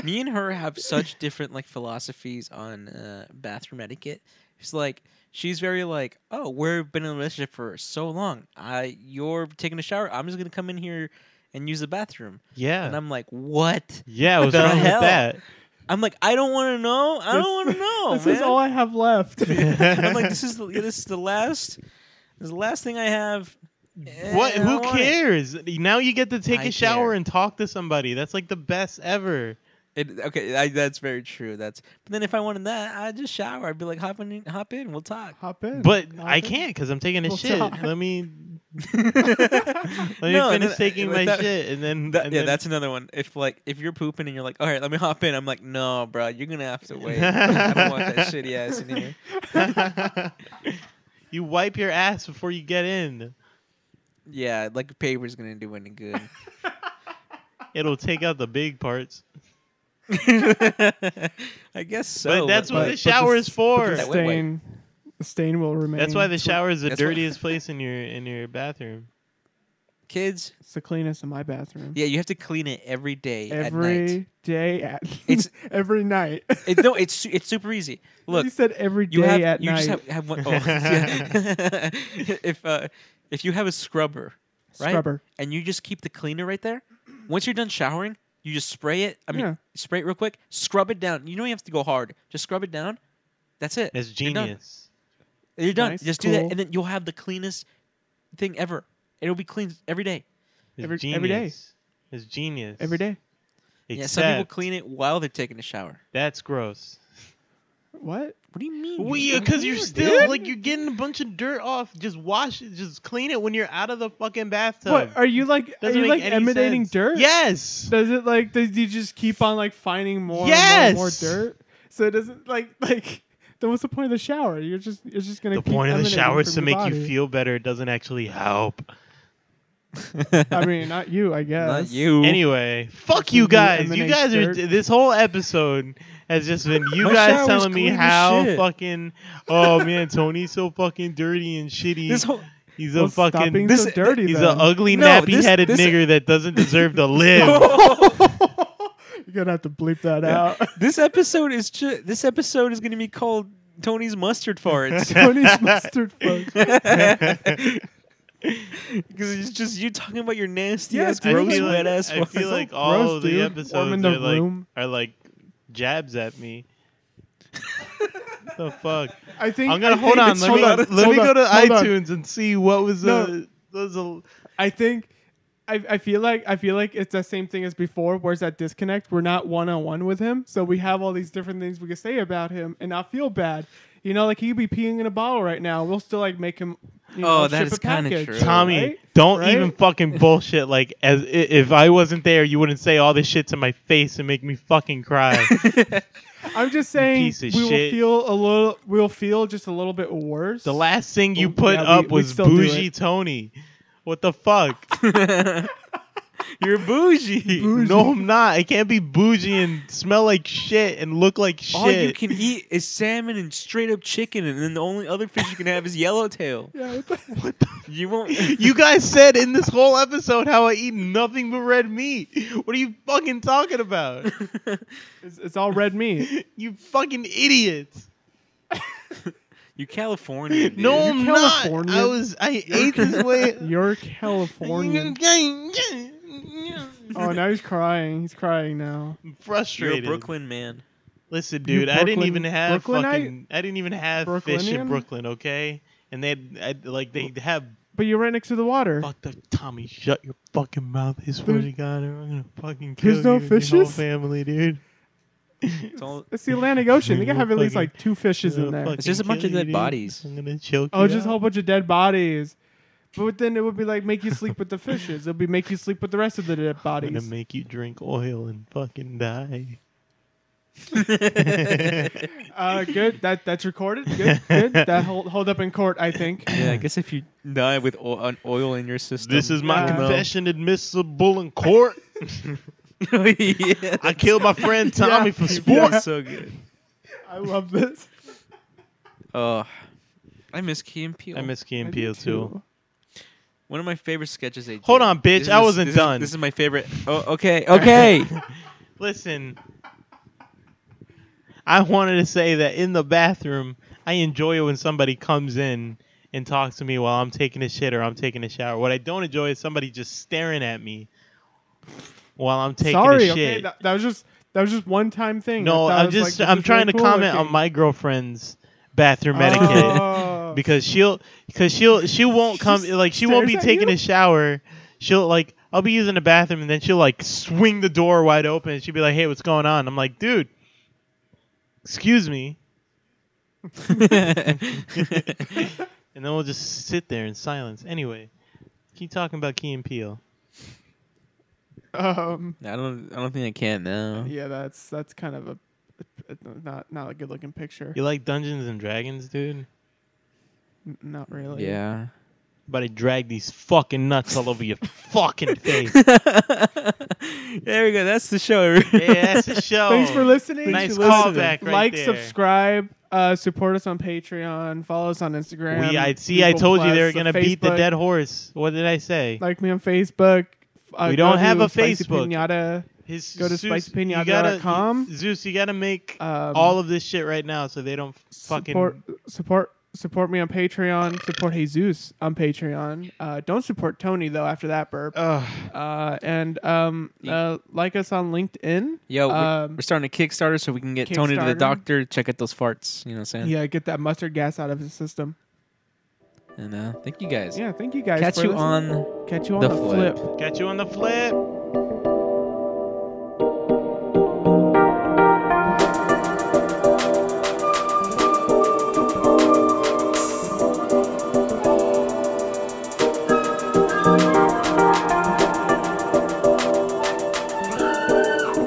Speaker 2: me and her have such different like philosophies on uh, bathroom etiquette. It's like she's very like, oh, we've been in a relationship for so long. I, you're taking a shower. I'm just gonna come in here and use the bathroom. And
Speaker 3: yeah.
Speaker 2: I'm like, what?
Speaker 3: Yeah, what's
Speaker 2: The
Speaker 3: wrong
Speaker 2: hell?
Speaker 3: with
Speaker 2: I'm like, I don't want to know. I
Speaker 1: This-
Speaker 2: don't want to know.
Speaker 1: this is
Speaker 2: man."
Speaker 1: all I have left.
Speaker 3: that?
Speaker 2: I'm like, this is the, this is the last, this is the last thing I have.
Speaker 3: What?
Speaker 2: and I
Speaker 3: Who
Speaker 2: don't want it.
Speaker 3: cares? Now you get to take
Speaker 2: I
Speaker 3: a shower
Speaker 2: care.
Speaker 3: and talk to somebody. That's like the best ever.
Speaker 2: It, okay, I, that's very true. That's but then if I wanted that, I'd just shower. I'd be like, hop in, hop in, we'll talk.
Speaker 1: Hop in.
Speaker 3: But
Speaker 1: Hop
Speaker 3: I
Speaker 1: in.
Speaker 3: can't because I'm taking a
Speaker 1: Well,
Speaker 3: shit.
Speaker 1: talk.
Speaker 3: Let me let me
Speaker 2: No,
Speaker 3: finish
Speaker 2: and then-
Speaker 3: taking
Speaker 2: but
Speaker 3: my
Speaker 2: that-
Speaker 3: shit, and then
Speaker 2: That-
Speaker 3: and
Speaker 2: yeah,
Speaker 3: then-
Speaker 2: that's another one. If like if you're pooping and you're like, all right, let me hop in. I'm like, no, bro, you're gonna have to wait. I don't want that shitty ass in here.
Speaker 3: you wipe your ass before you get in.
Speaker 2: Yeah, like paper's gonna do any good.
Speaker 3: It'll take out the big parts.
Speaker 2: I guess so.
Speaker 3: but that's what
Speaker 1: but-
Speaker 3: the
Speaker 1: but
Speaker 3: shower
Speaker 1: the-
Speaker 3: is
Speaker 1: But
Speaker 3: for.
Speaker 1: the
Speaker 2: That wet wipe.
Speaker 1: stain, the stain will remain.
Speaker 3: That's why the shower is the
Speaker 2: That's why-
Speaker 3: dirtiest place in your in your bathroom.
Speaker 2: kids.
Speaker 1: It's the cleanest in my bathroom.
Speaker 2: Yeah, you have to clean it every day at night.
Speaker 1: every day at
Speaker 2: It's-
Speaker 1: every night.
Speaker 2: It, no, it's su- it's super easy. Look,
Speaker 1: you said every day
Speaker 2: you have
Speaker 1: at
Speaker 2: you
Speaker 1: night.
Speaker 2: just have, have one. Oh, yeah. if uh, if you have a scrubber, right?
Speaker 1: Scrubber.
Speaker 2: and you just keep the cleaner right there. Once you're done showering, you just spray it. I mean,
Speaker 1: Yeah.
Speaker 2: spray it real quick. Scrub it down. You don't have to go hard. Just scrub it down. That's it.
Speaker 3: That's
Speaker 2: You're done.
Speaker 3: genius.
Speaker 2: You're done.
Speaker 1: Nice,
Speaker 2: Just do that,
Speaker 1: cool.
Speaker 2: and then you'll have the cleanest thing ever. It'll be clean every day.
Speaker 3: It's
Speaker 1: Every-
Speaker 3: genius.
Speaker 1: every day.
Speaker 3: It's genius.
Speaker 1: Every day.
Speaker 3: Except
Speaker 2: yeah, some people clean it while they're taking a shower.
Speaker 3: that's gross.
Speaker 1: What?
Speaker 2: What do you mean?
Speaker 3: Well,
Speaker 2: You're
Speaker 3: yeah,
Speaker 2: still
Speaker 3: because you're
Speaker 2: here,
Speaker 3: still
Speaker 2: dude.
Speaker 3: like you're getting a bunch of dirt off. Just wash it. Just clean it when you're out of the fucking bathtub.
Speaker 1: What are you like? Are
Speaker 3: Doesn't
Speaker 1: you
Speaker 3: make
Speaker 1: like
Speaker 3: any
Speaker 1: emanating
Speaker 3: sense.
Speaker 1: dirt?
Speaker 3: Yes.
Speaker 1: Does it like? Does you just keep on like finding more, and more,
Speaker 3: Yes!
Speaker 1: and more dirt? So it doesn't like like. Then what's the point of the shower? You're just you're just gonna.
Speaker 3: The
Speaker 1: keep
Speaker 3: point of the
Speaker 1: emanating
Speaker 3: shower is to
Speaker 1: from
Speaker 3: make
Speaker 1: your
Speaker 3: you
Speaker 1: body.
Speaker 3: feel better. It doesn't actually help.
Speaker 1: I mean, not you, I guess.
Speaker 2: Not you.
Speaker 3: Anyway, fuck
Speaker 1: Person
Speaker 3: you
Speaker 1: who
Speaker 3: guys. You
Speaker 1: emanates
Speaker 3: guys are.
Speaker 1: dirt.
Speaker 3: This whole episode has just been you
Speaker 2: My
Speaker 3: guys
Speaker 2: shower's
Speaker 3: telling me
Speaker 2: clean as
Speaker 3: how
Speaker 2: shit.
Speaker 3: fucking. Oh man, Tony's so fucking dirty and shitty.
Speaker 2: This whole
Speaker 3: he's a
Speaker 1: Well, stop
Speaker 3: fucking.
Speaker 1: being
Speaker 2: this-
Speaker 1: so dirty.
Speaker 3: he's
Speaker 1: then.
Speaker 3: an ugly,
Speaker 2: No,
Speaker 3: nappy headed
Speaker 2: this- this-
Speaker 3: nigger that doesn't deserve to live.
Speaker 1: You're gonna have to bleep that out.
Speaker 2: this episode is ju- this episode is going to be called Tony's mustard farts.
Speaker 1: Tony's mustard fudge.
Speaker 2: Because it's just you talking about your nasty
Speaker 1: Yeah,
Speaker 2: ass,
Speaker 1: dude,
Speaker 2: gross,
Speaker 1: I feel
Speaker 2: wet ass.
Speaker 3: I feel
Speaker 1: So
Speaker 3: like all
Speaker 1: gross,
Speaker 3: of the
Speaker 1: dude. Warm in
Speaker 3: episodes
Speaker 1: the
Speaker 3: are like,
Speaker 1: room.
Speaker 3: are like jabs at me. the fuck?
Speaker 1: I think
Speaker 3: I'm gonna
Speaker 1: I
Speaker 3: hold
Speaker 1: think-
Speaker 3: on. Let me
Speaker 1: hold
Speaker 3: let me
Speaker 1: hold
Speaker 3: go to
Speaker 1: hold on.
Speaker 3: iTunes and see what was
Speaker 1: No.
Speaker 3: the. Those a,
Speaker 1: I think I, I feel like I feel like it's the same thing as before. Where's that disconnect? We're not one on one with him, so we have all these different things we can say about him and not feel bad. You know, like he could be peeing in a bottle right now. We'll still like make him. You know,
Speaker 2: Oh, that
Speaker 1: ship
Speaker 2: is
Speaker 1: a
Speaker 2: kinda
Speaker 1: package,
Speaker 2: true.
Speaker 3: Tommy,
Speaker 1: right?
Speaker 3: don't
Speaker 1: Right?
Speaker 3: even fucking bullshit. Like, as i- if I wasn't there, you wouldn't say all this shit to my face and make me fucking cry.
Speaker 1: I'm just saying
Speaker 3: piece
Speaker 1: we
Speaker 3: of
Speaker 1: will
Speaker 3: shit.
Speaker 1: feel a little. We'll feel just a little bit worse.
Speaker 3: the last thing you
Speaker 1: Oh,
Speaker 3: put
Speaker 1: yeah, we-
Speaker 3: up
Speaker 1: we'd
Speaker 3: was
Speaker 1: still do
Speaker 3: bougie
Speaker 1: it.
Speaker 3: Tony. What the fuck?
Speaker 2: You're bougie.
Speaker 3: No, I'm not. I can't be bougie and smell like shit and look like shit.
Speaker 2: All you can eat is salmon and straight up chicken, and then the only other fish you can have is yellowtail.
Speaker 1: Yeah, what the-
Speaker 3: What the
Speaker 2: You won't.
Speaker 3: You guys said in this whole episode how I eat nothing but red meat. What are you fucking talking about?
Speaker 1: it's, it's all red meat.
Speaker 3: You fucking idiots.
Speaker 2: You California. Dude.
Speaker 3: No, I'm not.
Speaker 1: California?
Speaker 3: I was. I ate this way.
Speaker 1: You're Californian. oh, now he's crying. He's crying now.
Speaker 3: I'm
Speaker 2: You're a
Speaker 3: frustrated.
Speaker 2: Brooklyn man.
Speaker 3: Listen, dude, I didn't
Speaker 1: Brooklyn-
Speaker 3: even have
Speaker 1: Brooklynite?
Speaker 3: fucking. I didn't even have fish
Speaker 1: Brooklynian?
Speaker 3: in Brooklyn. Okay, and they had, I, like they have
Speaker 1: But you're right next to the water.
Speaker 3: fuck the Tommy. Shut your fucking mouth! I swear to God, I'm gonna fucking kill
Speaker 1: There's no
Speaker 3: you and your whole
Speaker 1: fishes?
Speaker 3: family, dude.
Speaker 2: It's all.
Speaker 1: It's the Atlantic Ocean. They gotta have at least
Speaker 3: Fucking-
Speaker 1: like two fishes
Speaker 3: I'm
Speaker 1: in there.
Speaker 3: gonna
Speaker 2: It's just a
Speaker 3: fucking
Speaker 2: bunch
Speaker 3: kill
Speaker 2: of
Speaker 3: you,
Speaker 2: dead
Speaker 3: dude.
Speaker 2: bodies.
Speaker 3: I'm gonna choke
Speaker 1: Oh,
Speaker 3: you
Speaker 1: just a whole
Speaker 3: out.
Speaker 1: bunch of dead bodies. But then it would be like make you sleep with the fishes. It'll be make you sleep with the rest of the dead
Speaker 3: I'm gonna
Speaker 1: bodies.
Speaker 3: make you drink oil and fucking die.
Speaker 2: yeah,
Speaker 1: Uh, good. That that's recorded. Good. Good. That hold hold up in court. I think.
Speaker 2: I guess if you die with o- an oil in your system.
Speaker 3: This is my
Speaker 1: Yeah.
Speaker 3: confession admissible in court.
Speaker 2: yeah.
Speaker 3: I killed my friend Tommy for sport.
Speaker 2: That's so good.
Speaker 1: I love this.
Speaker 2: Oh, I miss Key and Peele.
Speaker 3: I miss Key
Speaker 1: I
Speaker 3: and
Speaker 1: do
Speaker 3: Peele too.
Speaker 2: One of my favorite sketches they did.
Speaker 3: Hold on, bitch,
Speaker 2: This
Speaker 3: I
Speaker 2: is-
Speaker 3: wasn't
Speaker 2: this is-
Speaker 3: done.
Speaker 2: this is my favorite. Oh, okay. Okay.
Speaker 3: Listen, I wanted to say that in the bathroom, I enjoy it when somebody comes in and talks to me while I'm taking a shit or I'm taking a shower. What I don't enjoy is somebody just staring at me while I'm taking
Speaker 1: Sorry.
Speaker 3: a
Speaker 1: Okay.
Speaker 3: shit.
Speaker 1: That, that was just that was just one time thing.
Speaker 3: no,
Speaker 1: I thought
Speaker 3: I'm
Speaker 1: it was, like,
Speaker 3: just
Speaker 1: this
Speaker 3: I'm
Speaker 1: is
Speaker 3: trying
Speaker 1: really
Speaker 3: to
Speaker 1: cool
Speaker 3: comment
Speaker 1: looking.
Speaker 3: on my girlfriend's bathroom etiquette.
Speaker 1: Oh.
Speaker 3: because she'll because she'll she won't come
Speaker 1: She
Speaker 3: like she won't be
Speaker 1: stares at
Speaker 3: taking
Speaker 1: you?
Speaker 3: a shower. She'll like I'll be using the bathroom and then she'll like swing the door wide open and she'll be like, "Hey, what's going on?" I'm like, "Dude, excuse me," and then we'll just sit there in silence. Anyway, keep talking about Key and Peele.
Speaker 1: Um.
Speaker 2: I don't. I don't think I can now.
Speaker 1: Yeah. That's that's kind of a not not a good looking picture.
Speaker 3: You like Dungeons and Dragons, dude?
Speaker 1: N- Not really.
Speaker 2: Yeah.
Speaker 3: But I drag these fucking nuts all over your fucking face.
Speaker 2: there we go. That's the show.
Speaker 3: Yeah, that's the show.
Speaker 1: Thanks for listening.
Speaker 3: Oh, Nice
Speaker 1: Thanks for listening.
Speaker 3: callback right
Speaker 1: like,
Speaker 3: there.
Speaker 1: subscribe, uh, support us on Patreon, follow us on Instagram.
Speaker 3: We, I see. I
Speaker 1: Google
Speaker 3: told you they were
Speaker 1: Plus,
Speaker 3: gonna beat the
Speaker 1: Facebook.
Speaker 3: dead horse. What did I say?
Speaker 1: Like me on Facebook. Uh,
Speaker 3: We don't
Speaker 1: go
Speaker 3: have
Speaker 1: to
Speaker 3: a
Speaker 1: Spicy
Speaker 3: Facebook.
Speaker 1: Pinata.
Speaker 3: His
Speaker 1: Go to
Speaker 3: Zeus, you gotta-
Speaker 1: spicypinata.com.
Speaker 3: Zeus, you gotta make
Speaker 1: Um,
Speaker 3: all of this shit right now so they don't fucking.
Speaker 1: support support support me on Patreon. Support Jesus on Patreon. Uh, don't support Tony though. After that burp.
Speaker 3: Ugh.
Speaker 1: Uh, and um, uh, like us on LinkedIn.
Speaker 2: Yo, we're,
Speaker 1: Um,
Speaker 2: we're starting a Kickstarter so we can get Tony to the
Speaker 1: Kickstarter.
Speaker 2: doctor. Check out those farts. You know what I'm saying?
Speaker 1: yeah, get that mustard gas out of his system.
Speaker 2: And uh, thank you guys.
Speaker 1: Yeah, thank you guys.
Speaker 2: Catch
Speaker 1: for
Speaker 2: you
Speaker 1: listening.
Speaker 2: on
Speaker 1: catch you on
Speaker 2: the
Speaker 1: the
Speaker 2: flip.
Speaker 1: flip.
Speaker 3: Catch you on the flip.